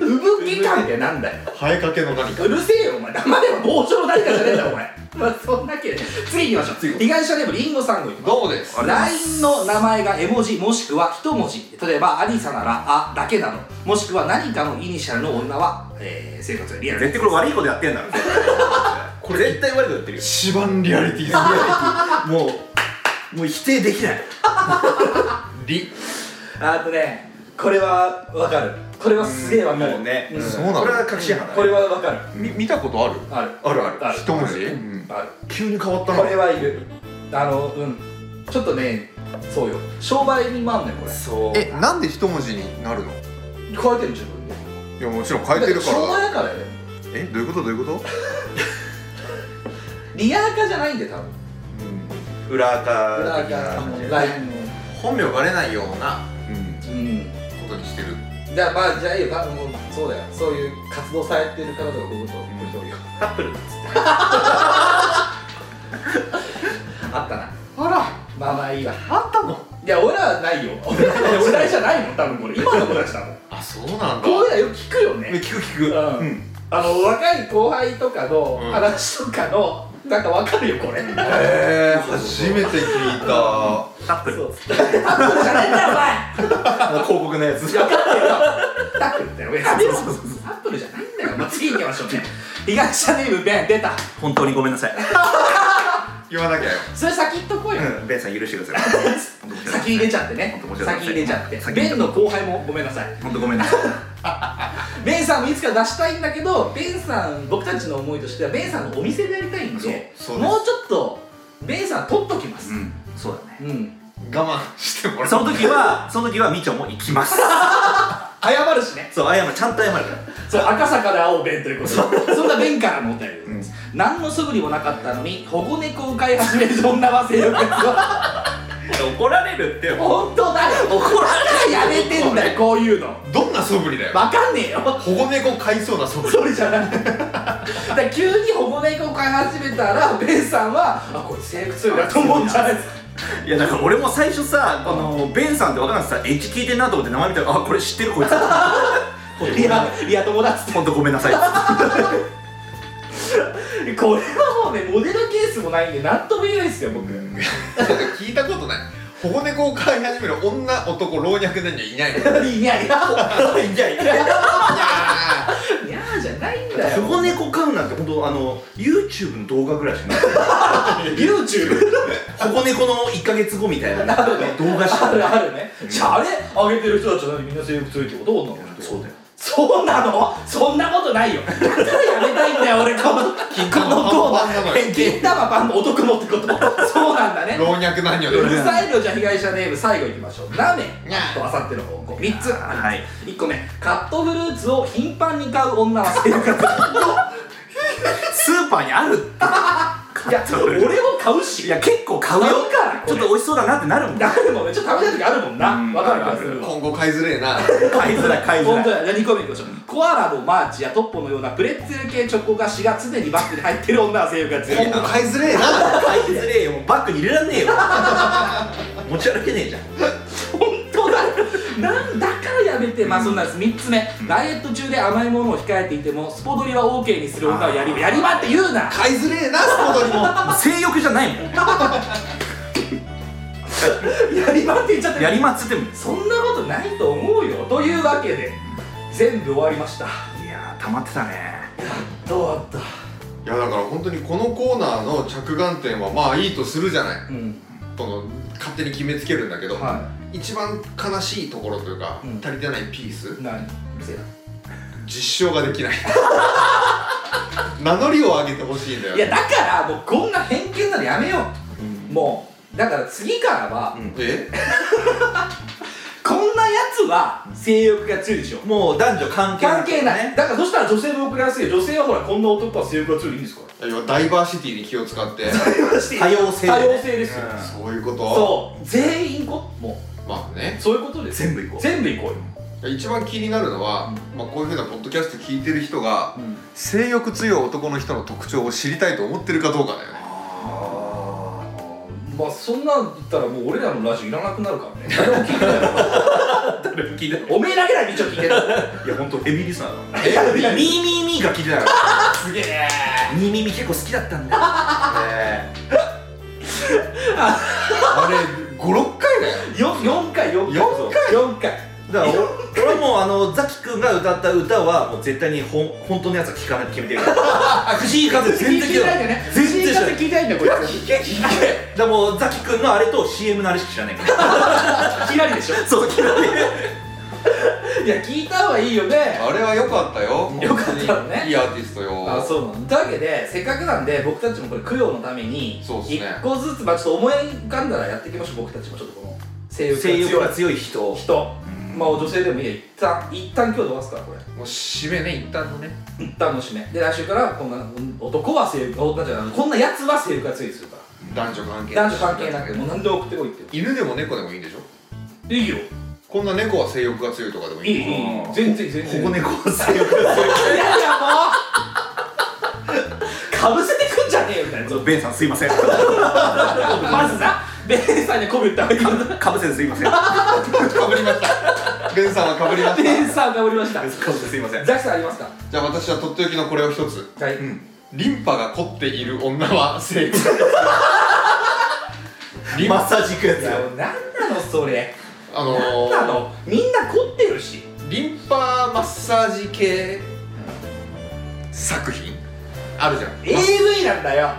産毛感ってなんだよ生えかけの何かうるせえよお前黙れよ傍聴の誰かじゃねえんだよお前まあそんだけで次行きましょう被害者ネームりんごさんごいきますどうもです。 LINE の名前が絵文字もしくは一文字例えば「アニサなら「あ」だけなのもしくは何かのイニシャルの女は、えー、生活がリアうル絶対これ悪いことやってんだろこれ絶対悪いことやってるよ一番リアリティもうもう否定できないリ。あとねこれはわかるこれはすげえわかるもうねんそうなのこれは確信犯こだれねはわかるみ見たことある？あるあるある一文字？ある急に変わったこれはいるあのうんちょっとねそうよ商売にもあんねんこれそうえ、なんで一文字になるの？聞こえてる自分でいやもちろん変えてるか昭和らだからよえどういうことどういうことリアーカじゃないんで多分裏リア垢ー的なカ感じでラインの本名バレないようなうんうんことにしてるじゃあまあじゃあいいよ多分もうそうだよそういう活動されてる方とか僕とご協力カップルだっつってあったなあらまあまあいいわあったのいや俺らは ないよ俺らは世代じゃないもん多分これ今の子たちだもんあそうなんだこういうのよく聞くよね聞く聞うくん、あの若い後輩とかのうん話とかの、なんかわかるよこれえー、初めて聞いたカップルそうタックルじゃねえんだよお広告のやつ前タックルだよ別にタックルじゃないんだよ、まあ、次行きましょうね東社ネームベン出た本当にごめんなさい 言わなきゃよそれ先行っとこうよ、うんベンさん許してください先入れちゃってね本当申し訳ない先入れちゃって先入れベちゃンったの後輩もごめんなさい本当ごめんなさいベンさんもいつか出したいんだけどベンさん僕たちの思いとしてはベンさんのお店でやりたいんでそうそうですもうちょっとベンさん取っときまうすんそうだねうん、我慢してもらうその時はその時はみちょも行きます謝るしね そうあやまちゃんと謝るからそう赤坂で会おうベンということでそんなベンからのお便りでございます、何の素振りもなかったのに保護猫を飼い始める女は性欲 が怒られるって本当だよ怒られやめてんだよこういうのどんな素振りだよわかんねえよ保護猫飼いそうな素振りそれじゃ ないだから急に保護猫を飼い始めたらベンさんはあこれ性欲強いなと思うんじゃないですかいやだから俺も最初さあのベンさんって分からんさ H 聞いてんなと思って名前見たらあこれ知ってる こいついや、いや友達本当ごめん なさいってこれはもうねモデルケースもないんで何とも言えないですよ僕だって 聞いたことない保護猫を飼い始める女男老若男女いないもんいやいやいやいやいやいーやじゃないんだ保よ護猫飼うなんて本当あの YouTube の動画ぐらいしかない YouTube 保護猫の1か月後みたいなあるね動画しあかるあるねじゃああれあげてる人たちは何みんな性欲強いってこと女の人そうだよそうなのそんなことないよだからやめたいんだよ俺この金玉のコーナパンパンなのよー金玉パンの男もってことそうなんだね老若男女うでるさいのじゃあ被害者ネーム最後いきましょうラーメンとあさっての方向3つはい1個目カットフルーツを頻繁に買う女は性格スーパーにあるいや俺も買うしいや結構買うよ買うからこちれょっと美味しそうだなってなるもんなるもんねちょっと食べたい時あるもんなうんわかる気がするわ今後飼いづれえな買いづらい買いづ本当らいだじゃあ2個目いきましょうコアラのマーチやトッポのようなプレッツェル系チョコ菓子が常にバッグに入ってる女は性格が強い今後飼いづれえな買いづれえよもうバッグに入れらんねえよ持ち歩けねえじゃん本当だなんだからやめてまあそんなんです3つ目ダイエット中で甘いものを控えていてもスポドリは OK にする女はやり場やり場って言うな飼いづれえなスポドリももう性欲じゃないもんやり場って言っちゃってる やりまっつってもそんなことないと思うよというわけで全部終わりましたいやー溜まってたねどうだっいやだから本当にこのコーナーの着眼点はまあいいとするじゃないたうんこの勝手に決めつけるんだけど、は一番悲しいところというか、うん足りてないピースい何せや実証ができない 名乗りを上げてほしいんだよいやだからもうこんな偏見なのやめようもうだから次からは、えこんなやつは性欲が強いでしょもう男女関係関係ないだからそしたら女性も送りやすいよ女性はほらこんな男は性欲が強いでいいんですかいやダイバーシティに気を使 って多様性多様性ですよ、そういうことそう全員こもまあねうそういうことです全部いこう全部いこうよ、一番気になるのは、まあ、こういうふうなポッドキャスト聞いてる人が、性欲強い男の人の特徴を知りたいと思ってるかどうかだよねまあそんなん言ったらもう俺らのラジオいらなくなるからね誰も聞いてないよ誰も聞いてないおめえだけだよみちょ聞いているや本当ヘビーリスナーだえミーミーミーが聞いてない すげえミーミーミー結構好きだったんだよあれ56回だよよ4回4回四4回だから 俺俺はもうあのザキ君が歌った歌はもう絶対にほん 本当のやつは聞かないって決めてるから 藤井風全然聞聞いいててないなんだいよね全然知らない藤井風聞いてないんだよこいつ聞け聞けだからもうザキ君のあれと CM のあれしか知らないから ひらりでしょそう聞かないいや聞いた方がいいよねあれは良かったよ良かったのね本当にいいアーティストよあそうなんだというわけでせっかくなんで僕たちもこれ供養のためにそうっすね1個ずつまあちょっと思い浮かんだらやっていきましょう僕たちもちょっとこの性欲が性欲強いが強い人人うまあ女性でもいいや一旦一旦今日どうすかこれもう締めね一旦のね一旦の締めで来週からこんな男は性欲女じゃないこんなやつは性欲が強いでするか男女関係ら男女関係なくもう何でも送ってこいって犬でも猫でもいいんでしょいいよこんな猫は性欲が強いとかでもいいの全然全然保護猫は性欲がいやいやもうかぶせてくんじゃねえよみたいな強いベンさんすいませんまずなベンさんにこびったかぶせてすいませんかかぶりましたベンさんはかぶりましベたンさんがおりましたぶせてすいませんザキさんありますかじゃあ私はとっておきのこれを一つはい、リンパが凝っている女は性欲リンマッサージ行くやついや何なのそれあの何なのみんな凝ってるしー、リンパマッサージ系作品あるじゃん AV なんだよ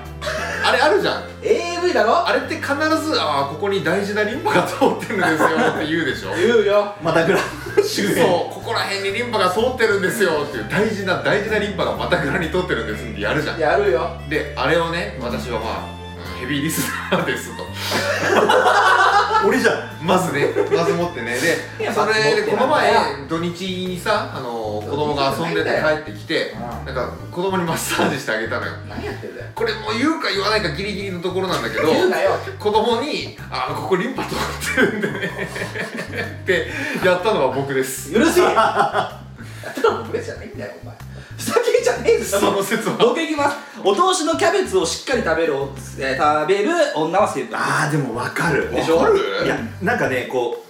あれあるじゃん AV だろあれって必ずああここに大事なリンパが通ってるんですよって言うでしょ言うよまたぐら周辺そうここら辺にリンパが通ってるんですよっていう大事な大事なリンパがまたぐらに通ってるんですってやるじゃんやるよであれをね私はまあヘビーリスナーですと俺じゃんまずねまず持ってねいでやそれでこの前まず持土日にさあの子供が遊んでて帰ってきてうんなんか子供にマッサージしてあげたのよ何やってんだよこれもう言うか言わないかギリギリのところなんだけど言うなよ子供に「あここリンパ通ってるんで ね」ってやったのは僕です 許せよやったら僕じゃないんだよお前ふざけんじゃねえぞその説は僕いきますお通しのキャベツをしっかり食べる、えー食べる女は性欲あーでもわかるでしょいやなんかねこう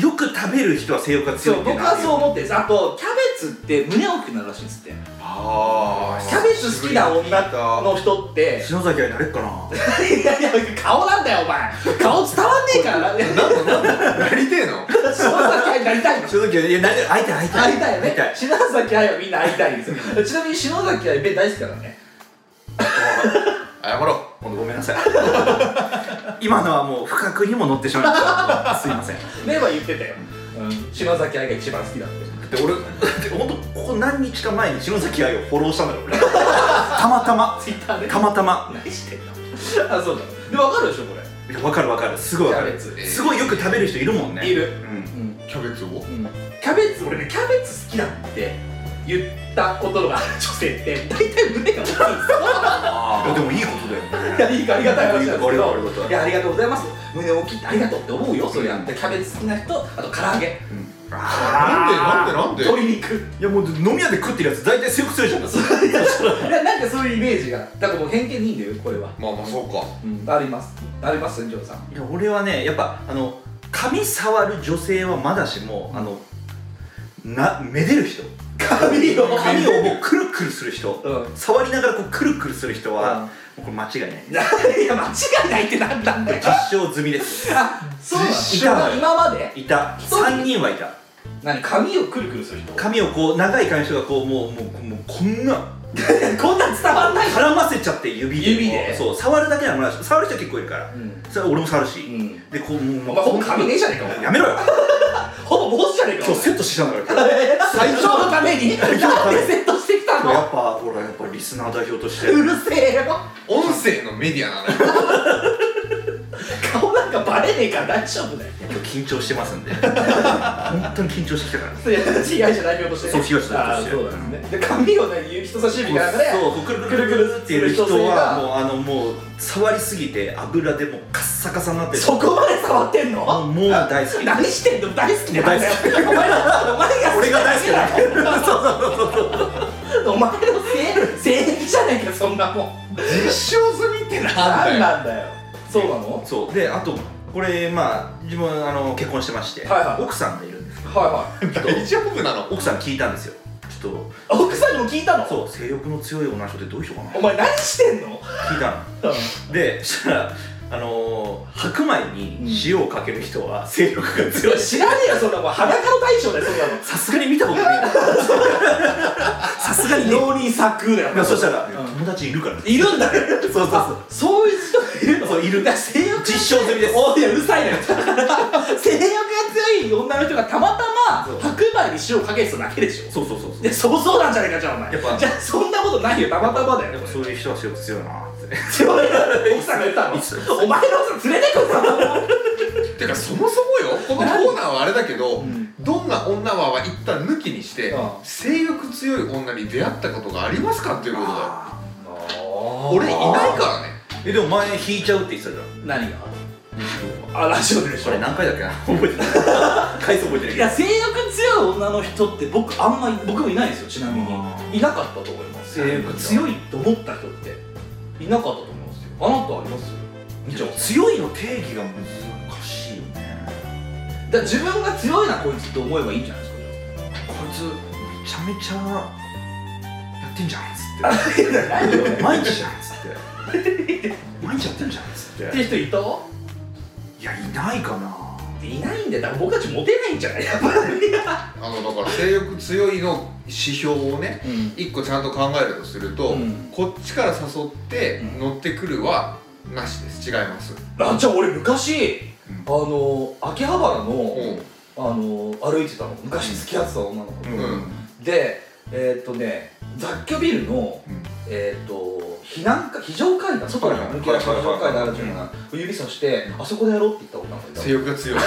よく食べる人は性欲が強そいうって僕なはそう思ってるんですあとキャベツって胸大きくなるらしいんですってあキャベツ好きな女の人って篠崎はなれっかないやいや顔なんだよお前顔伝わんねえからななんだなんだやりてえの篠崎愛になりたいの篠崎はいやなれ会いたい会いたいよ会いたねい篠崎愛はみんな会いたいんですよちなみに篠崎愛ベン大好きだからね謝ろ今度ごめんなさい 今のはもう深くにも乗ってしまいましたすいませんメンは言ってたよ篠崎愛が一番好きだってうで俺本当ここ何日か前に篠崎愛をフォローしたのよ俺 たまたまツイッターでたまたま何してんのあそうだでも分かるでしょこれいやわかるわかるすごいわかキャベるツすごいよく食べる人いるもんねいうんる、キャベツをキャベツ俺ねキャベツ好きだって言ったことがある女性って大体胸が大きいんですよいやでもいいことだよねいやいいかありがたい話なんですけどいいことありがたいいやありがとうございます胸大きいってありがとうって思うよそりゃでキャベツ好きな人あと唐なん揚げでなんでなんで鶏肉いやもう飲み屋で食ってるやつ大体性欲強いじゃんいやなんかそういうイメージがだからもう偏見でいいんだよこれは、まあまあそうかうん、ありますあります船長さんいや俺はねやっぱあの髪触る女性はまだしもあのなめでる人髪を髪をもうくるくるする人、う触りながらこうくるくるする人は、うもんうこれ間違いないいやいや間違いないってなんなんだよ実証済みですあそうなんだ実写だよ今までいた一人3人はいた何髪をくるくるする人髪をこう長い髪の人がこうもうもうもうこんなこんなん伝わんない絡ませちゃって指で指でそう触るだけなら触る人結構いるから、んそれは俺も触るし、んでこうもうお前ほぼ髪ねえじゃねえかお前やめろよ ほぼ坊主じゃねえか今日セットしてたんだから今日 最初のためになんでセットしてきた のやっぱほらやっぱリスナー代表としてうるせえよ音声のメディアなのよ顔なんかバレねえから大丈夫だよ今日緊張してますんで本当に緊張してきたからいや被害者代表としてねそう被害者代表としてあーそうなんですねで髪をね人差し指からねそうこうくるくるくるくるってやる人はもうあのもう触りすぎて油でもうカッサカサになってるそこまで触ってんのもうもう大 好き何してんの大好きなんだよ大好お前のお前が俺が大好きだ好きな のお前のせい正義じゃないかそんなもん実証済みってなんだ何よなんだよそうなのそうであとこれまあ自分あの結婚してまして、はいはい奥さんがいるんですけはいはい大丈夫なのど奥さん聞いたんですよちょっ奥さんにも聞いたのとそう性欲の強い女の人ってどういう人かなお前何してんの聞いたのでそしたらあのー白米に塩をかける人は性欲が強い知らねえよそんなもん裸の大将だよそんなのさすがに見たことないさすがに 料理作だいやよそしたら、友達いるからねいるんだよそうそうそうそういう人がいるのそういるだから性欲が実証済みですおいやうるさい なよだから性欲が強い女の人がたまたそうま白米に塩かけてただけでしょそうそうそうそうでそうそうなんじゃないかじゃあお前やっぱじゃあそんなことないよたまたまだよやっぱそういう人は強く強いなって強い奥さんが言ったのいつお前の奥さん連れてくんだてかそもそもよこのコーナーはあれだけど、どんな女はは一旦抜きにして、う性欲強い女に出会ったことがありますかっていうことだよ俺俺いないからねえでも前引いちゃうって言ってたじゃん何があラジオでしあれ何回だっけな覚えてない 回数覚えてないいけどや性欲強い女の人って僕あんまり僕もいないですよちなみにいなかったと思います性欲強いと思った人っていなかったと思いますよあなたありますじゃあ強いの定義が難しいよねだから自分が強いなこいつって思えばいいんじゃないですかこいつめちゃめちゃやってんじゃんっつって毎日じゃんっつって毎日やってんじゃんっつってょっていう人いいやいないかなたいないんでだから僕たちモテないんじゃないやっぱあのだから性欲強いの指標をね一個ちゃんと考えるとすると、うんこっちから誘って乗ってくるはなしです違いますあじゃあ俺昔、あの秋葉原の、うあの歩いてたの昔付き合ってた女の子、んうん、でえーっとね雑居ビルの、うんえーっと避難か非常階段外に向き合した非常階段あるじゃない指さして、あそこでやろうって言った女の子いた性欲が強い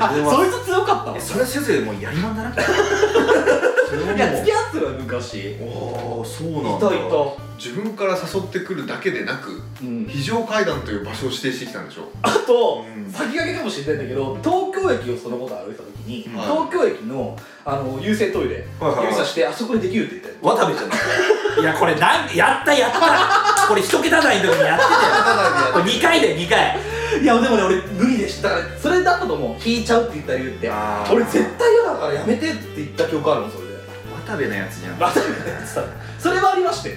あそいつ強かったわえそれは先生もうやりまんだなそれはもういや付き合ってたの昔いおーそうたないんただ自分から誘ってくるだけでなくうん、非常階段という場所を指定してきたんでしょあと、うん先駆けかもしれないんだけど東京駅をそのこと歩いた時に、はい東京駅のあの優先トイレはいはい指さしてあそこでできるって言った渡よ部じゃないいやこれなんやったやったこれ一桁台の時にやってたよこれ2回だよ2回いやでもね俺無理でしただからそれだったと思う引いちゃうって言った理由ってあー俺絶対嫌だからやめてって言った記憶あるもんそれで渡部のやつじゃんまさかのやつだそれはありましてい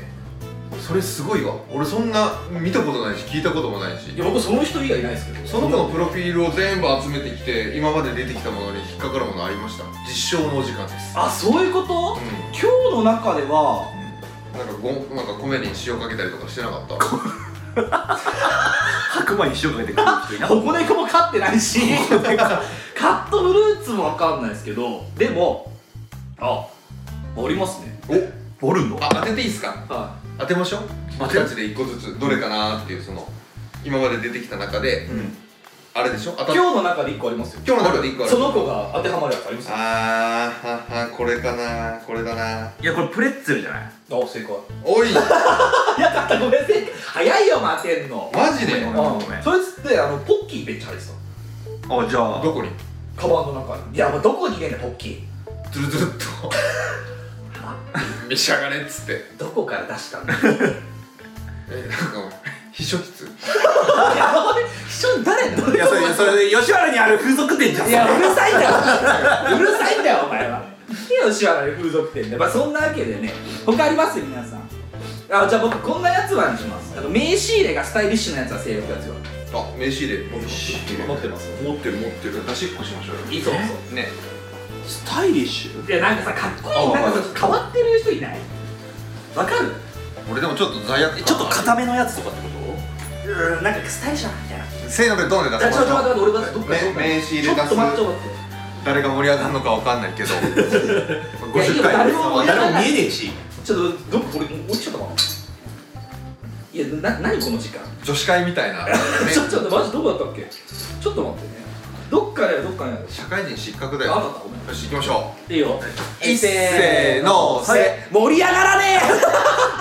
それすごいわ俺そんな見たことないし聞いたこともないしや僕その人以外いないですけどその子のプロフィールを全部集めてきて今まで出てきたものに引っかかるものありました実証のお時間ですあそういうことう今日の中ではんなんかごなんか米に塩かけたりとかしてなかった白馬に塩かけてくる人いな保護猫も飼ってないし カットフルーツも分かんないですけどでもあおりますねおるのあ当てていいですかは当てましょう僕たちで一個ずつどれかなーっていうその今まで出てきた中で、あれでしょ当たいっ今日の中で1個ありますよ今日の中で一個あるその子が当てはまるやつありますよああーははこれかなこれだないやこれプレッツェルじゃない正 解おいやだったごめん正解早いよ待てんのマジでごめんごめんそいつってあのポッキーめっちゃ入ってあじゃあどこにたカバンの中にいやもうどこに入れんねんポッキーズルズルっと 召し上がれっつってどこから出したんだえなんか秘書室一緒に誰どういやそれそれ吉原にある風俗店じゃんいやうるさいんだようるさいんだよお前はいいよしわら風俗店でまあそんなわけでね他あります皆さんあじゃあ僕こんなやつはにしますあの名刺入れがスタイリッシュなやつは性欲が強いあ名刺入れ持ってます持ってます持ってる持ってる出しっこしましょうよいいそうねスタイリッシュそういやなんかさかっこいいあなんわかかるさ変わってる人いないわかる俺でもちょっと罪悪感ちょっと硬めのやつとかってこうーんなんかスタイリッシュなみたいなせーのでドンで出じゃあしまちょっしと待ょってう待って俺まずどっかねどっか名刺入れちょっと待って出ちょっと待って誰が盛り上がるのかわかんない けどいやいい50よ回誰でもと盛り上が誰らもない見えねえしちょっとどこれ落ちちゃったかないやな何この時間、女子会みたいな、ね、ちょっと待ってマジどこだったっけちょっと待ってねどっかだよどっかだよ社会人失格だあよだったごめんよし行きましょいいよういっせーのせ、盛り上がらね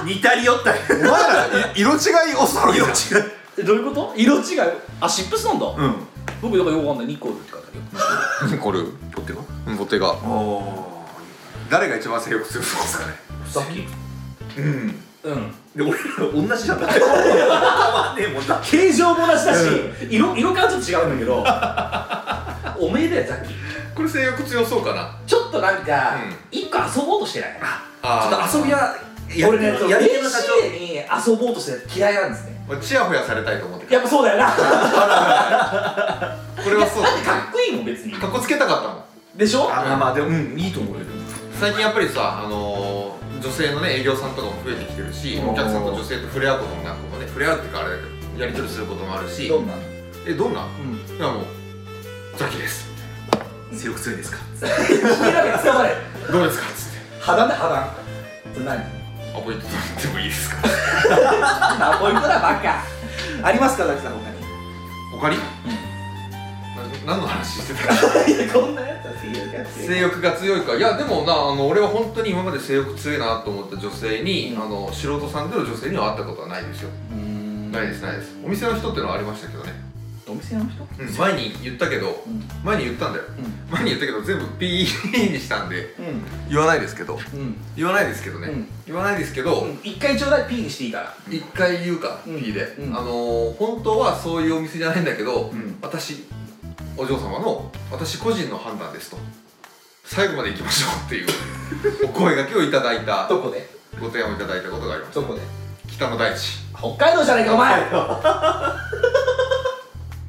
似たり寄ったりお前らい色違いおそろいだえどういうこと色違いあシップスなんだ、うん僕だからよくわかんないニコールって書いてあ るこれとってようんボテがおお誰が一番性欲強そうですかねさっきうんうんで俺ら同じじゃんだって変わんねえもんだ形状も同じだし、色色感ちょっと違うんだけ どおめえだよさっきこれ性欲強そうかなちょっとなんかうん一、個遊ぼうとしてないあちょっと遊びはや俺ね、ややりり手手のの社社長に遊ぼうとして嫌いなんですねびチヤホヤされたいと思ってやっぱそうだよなだこれはそうってかっこいいもん別にかっこつけたかったもんでしょあまあまあでもうんいいと思うよ最近やっぱりさ、あのー、女性のね営業さんとかも増えてきてるしお客さんと女性と触れ合うこともなんかもね触れ合うっていうかあれだけどやり取りすることもあるしんなえどんな、んいやもうザキです性欲強いですか君だけつかまれどうですかっつって破談だ破談それ何アポイント取ってもいいですかあポイントだバカありますかザキさん他におかり、何の話してたかこんなやつは性欲が性欲が強い強いかいやでもなあの俺は本当に今まで性欲強いなと思った女性に、うんあの素人さんでの女性には会ったことはないですよないですないですお店の人ってのはありましたけどね、お店の人うん前に言ったけど、うん前に言ったんだよ、う前に言ったけど全部ピーにしたんでうん言わないですけどうん言わないですけどね、うん言わないですけど、一回ちょうだいピーにしていいから一回言うか、うん P で、うんあのー本当はそういうお店じゃないんだけど、ん私お嬢様の私個人の判断ですと最後まで行きましょうっていうお声掛けをいただいたどこでご提案をいただいたことがありますどこで北の大地北海道じゃねえかお 前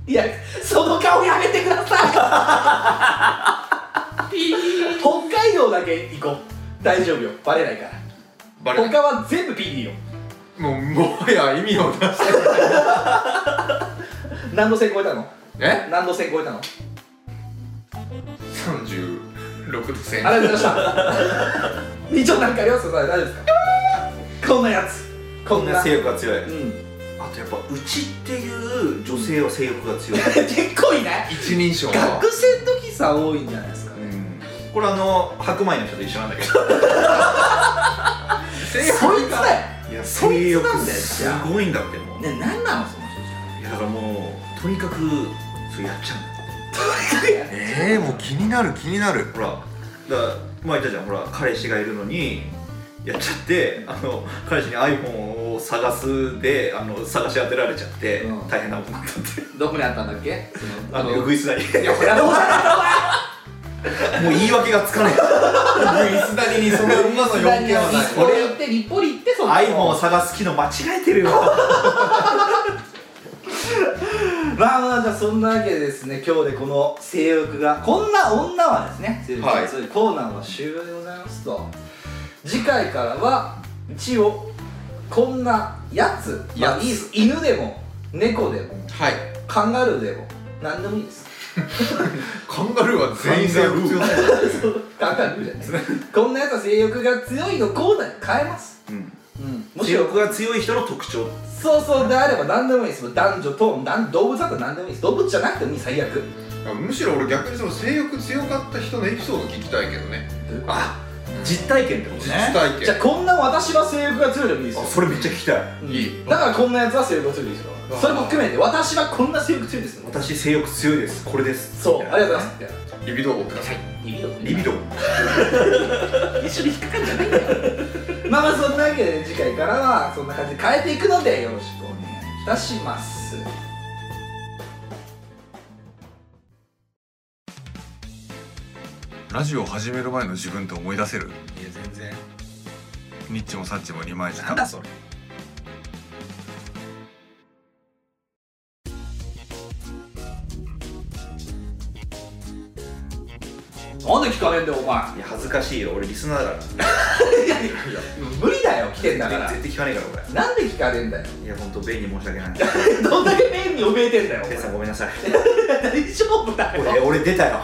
いやその顔やめてください北海道だけ行こう大丈夫よバレないからバレない他は全部ピーでいいよもうもはや意味を出して何度線超えたのえ何度線超えたの36度線ありがとうございました。一応なんかありますか、それ大丈夫ですか。こんなやつ。ここんんな。なう性欲が強いん。 あとやっぱうちっていう女性は性欲が強い結構いない。一人称の学生の時さ、多いんじゃないですかね。これあの白米の人と一緒なんだけどそいつだよ。いやそい性つ欲なんだよすごいんだってもうね、なんなの、その人じいやだからもうとにかくそうやっちゃうんだゃ。えー、もう気になる気になるほらだから前言ったじゃんほら彼氏がいるのにやっちゃってあの彼氏に iPhone を探すであの探し当てられちゃって、うん大変なことになったって どこにあったんだっけ。そのあのうぐいすだりもいやどうした んだうろう言い訳がつかない 水谷にその馬の要件は ないこれ言って、日暮里行って、その。 iPhone を探す機能間違えてるよまあまあじゃあそんなわけでですね今日でこの性欲がこんな女はですね性欲が強いコーナーは終了でございますと、次回からは一応こんなやつまあいいです犬でも猫でもはいカンガルーでも何でもいいですカンガルーは全員性欲強いカンガルーじゃないこんなやつは性欲が強いのコーナーに変えますうんうんむ性しろ欲が強い人の特徴そうそうであれば何でもいいですもう男女とも男動物だったら何でもいいです動物じゃなくてもいい最悪むしろ俺逆にその性欲強かった人のエピソード聞きたいけどねあ実体験ってこと実ね体じゃあ験こんな私は性欲が強いでもいいですあよそれめっちゃ聞きたいうんいいだからこんなやつは性欲強いですよそれも含めて私はこんな性欲強いですよ私性欲強いですこれですそうみたあいりながとうございますみたいなリビドーをくださいリビドリビド一緒に引っかかるんじゃないんだよまあまあそんなわけで、次回からはそんな感じで変えていくのでよろしくお願いいたしますラジオ始める前の自分って思い出せるいや全然ニッチもサッチも二枚舌なんだそれなんで聞かねえんだよお前いや恥ずかしいよ俺リスナーだから無理だよ来てんだから絶対聞かねえからなんで聞かねえんだよ俺いや本当ベイに申し訳 ないどんだけメインに怯えてんだよおベイさん前ごめんなさい大丈夫だよ俺俺出 たよ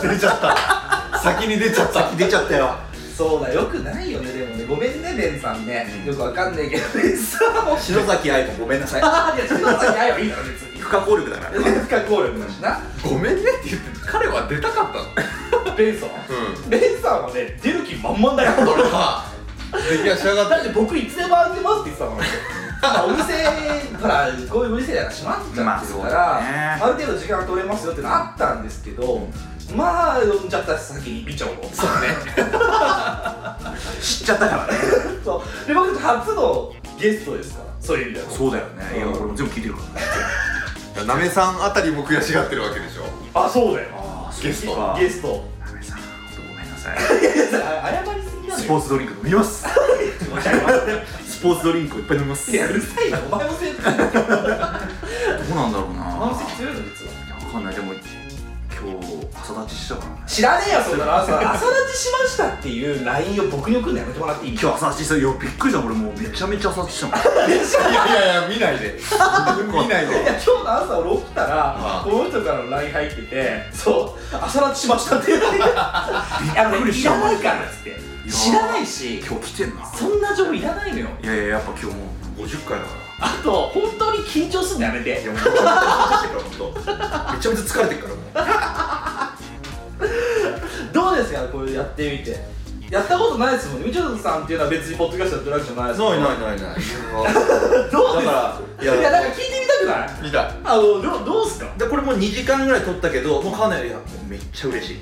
出ちゃった先に出ちゃった先出ちゃったよそうだよくないよねでもねごめんねベンさんね、よくわかんないけどベンさんも篠崎愛子ごめんなさいああいやちょっと待ってないよいいだろ別 に不可抗力だから全然不可抗力だしなごめんねって言って彼は出たかったのベンさんうベンさんはね出る気満々だよん俺は出来はしやがだっってて僕いつでも開いてますって言ってた もんまあお店ほらこういうお店だから閉まっちゃってるから、まああそうだねる程度時間取れますよってのあったんですけどまあ呼んじゃったし先に美女をそうね知っちゃったからねそうで僕初のゲストですからそういう意味ではそうだよねいや俺も全部聞いてるからなめさんあたりも悔しがってるわけでしょあそうだよああゲストゲストなめさんごめんなさい 謝りすぎな のスよポーツドリンク飲みますスポーツドリンクをいっぱい飲みますいやうどるさいなお前もせんお前もうなんだろうな性強いやの実はいわかんないでも今日朝立ちしたからね知らねえよそんなの朝朝立ちしましたっていう LINE を僕に送るのやめてもらっていい今日朝立ちしたよびっくりした俺もうめちゃめちゃ朝立ちしたもんいやいやいや見ないで 見ないいでや今日の朝俺起きたらあこの人からの LINE 入っててそう朝ラッチしました って言ってい やびっこくれりいしたらないからっつってや知らないし今日来てんなそんな情報いらないのよいやいややっぱ今日もう50回だからあと本当に緊張すんのやめていやもうから本当。めちゃめちゃ疲れてるからもう。どうですかこれやってみてやったことないですもんねみちょさんっていうのは別にポッドキャストやってるわけじゃないですもんないないないない。どうでだすかからいいややなんか聞いてみたくない見たあのどうどうっすかでこれもう2時間ぐらい撮ったけどもうかなりいやもうめっちゃ嬉しい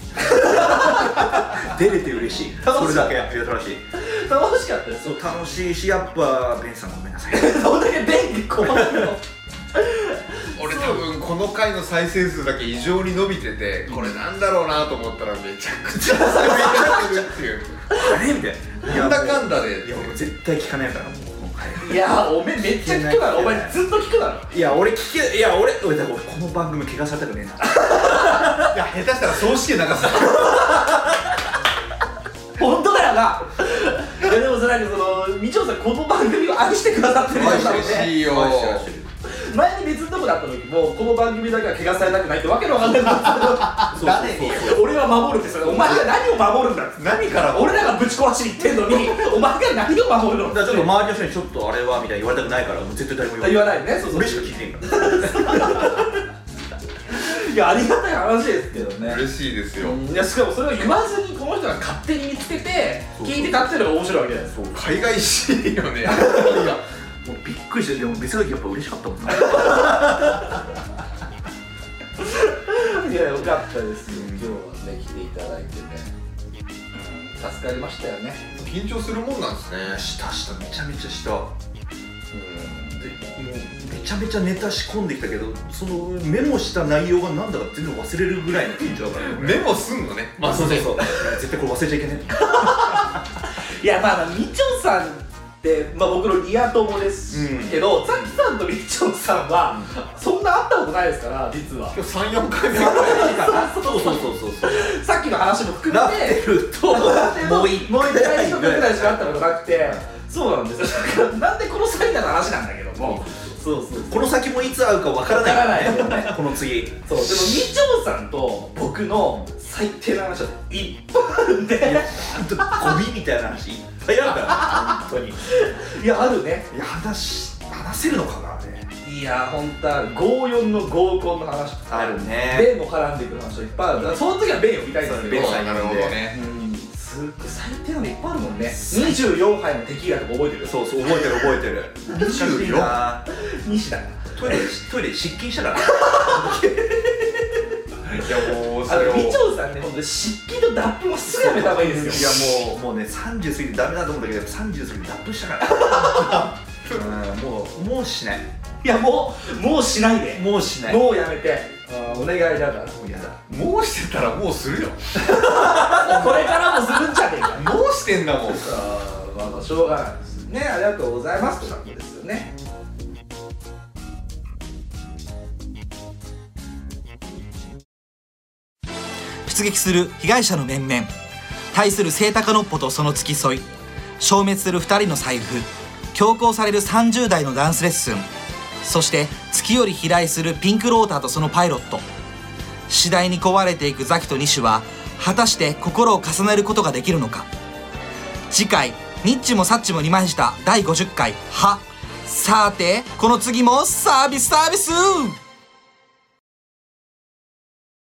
出れて嬉しい楽しいそれだけいや楽しい楽しかったですそう楽しいしやっぱベンさんごめんなさい どんだけ便利困るの俺多分この回の再生数だけ異常に伸びててこれなんだろうなと思ったらめちゃくちゃ再生するっていうあれみたいないなんだかんだだでいや俺絶対聞かないからもう今回いやおめえめっちゃ聞くだろお前ずっと聞くだろいや俺聞けいや俺俺だから俺この番組怪我されたくねえないや下手したら葬式で流す本当だよないやでもそれなんかそのみちょさんこの番組を愛してくださってる愛んだもんしてねしいよ前に別のとこだった時もこの番組だけは怪我されたくないってわけのわかんないこと誰に俺は守るってそれお前が何を守るんだって何から俺らがぶち壊しに行ってんのにお前が何を守るのだっからちょっと周てりの人にちょっとあれはみたいに言われたくないからもう絶対誰も言わない言わないねそうそう俺しか聞いてないからいやありがたい話ですけどね嬉しいですよいやしかもそれを言わずにこの人が勝手に見つけて聞いてたっていうのが面白いわけじゃないですか海外しいよねもうびっくりしてでも見せた時やっぱ嬉しかったもんないやよかったですよ今日はね来ていただいてねうん助かりましたよね緊張するもんなんですねしたしためちゃめちゃしたでもうめちゃめちゃネタ仕込んできたけどそのメモした内容がなんだか全然忘れるぐらいの緊張だからメモすんのねまあそうそうそう絶対これ忘れちゃいけないいやまあみちょさんって、まあ、僕のリア友ですけど、ザキさんとみちょさんは、そんな会ったことないですから実は今日34回目そうそうそうそうそうさっきの話も含ラめッてテルともう一もう一回一回回ぐぐららいいしか会ったことなくてそうなんですよだからなんでこの際なの話なんだけどもそうそうこの先もいつ会うかわからないわからないこの次そうでもみちょさんと僕の最低な話はいっぱいあるんでほんとゴミみたいな話いっぱいあるから本当にいいやあるねや話話せるのかなあれいや本当は54の合コンの話あるねベンも絡んでくる話はいっぱいあるだからその時はベンを見たいんですけどベンさんなるほどねうんすっごい最低なのいっぱいあるもんね24杯のテキーラとか覚えてるそうそう覚えてる覚えてる24西田がトイレトイレ失禁したからいやもうあそれのをみちょさんね本当に湿気と脱皮もすぐやめた方がいいですよいやもうもうね30過ぎてダメだと思うんだけどやっぱ30過ぎて脱皮したからうんもうもうしないいやもうもうしないでもうしないもうやめてお願いだからうやだもうしてたらもうするよこれからもするんじゃねえかもうしてんだもんあーまあしょうがないですねありがとうございますって感じですよね出撃する被害者の面々対する聖鷹のっぽとその付き添い消滅する2人の財布強行される30代のダンスレッスンそして月より飛来するピンクローターとそのパイロット次第に壊れていくザキとニシュは果たして心を重ねることができるのか次回「ニッチもサッチも2枚した第50回は」さてこの次もサービスサービス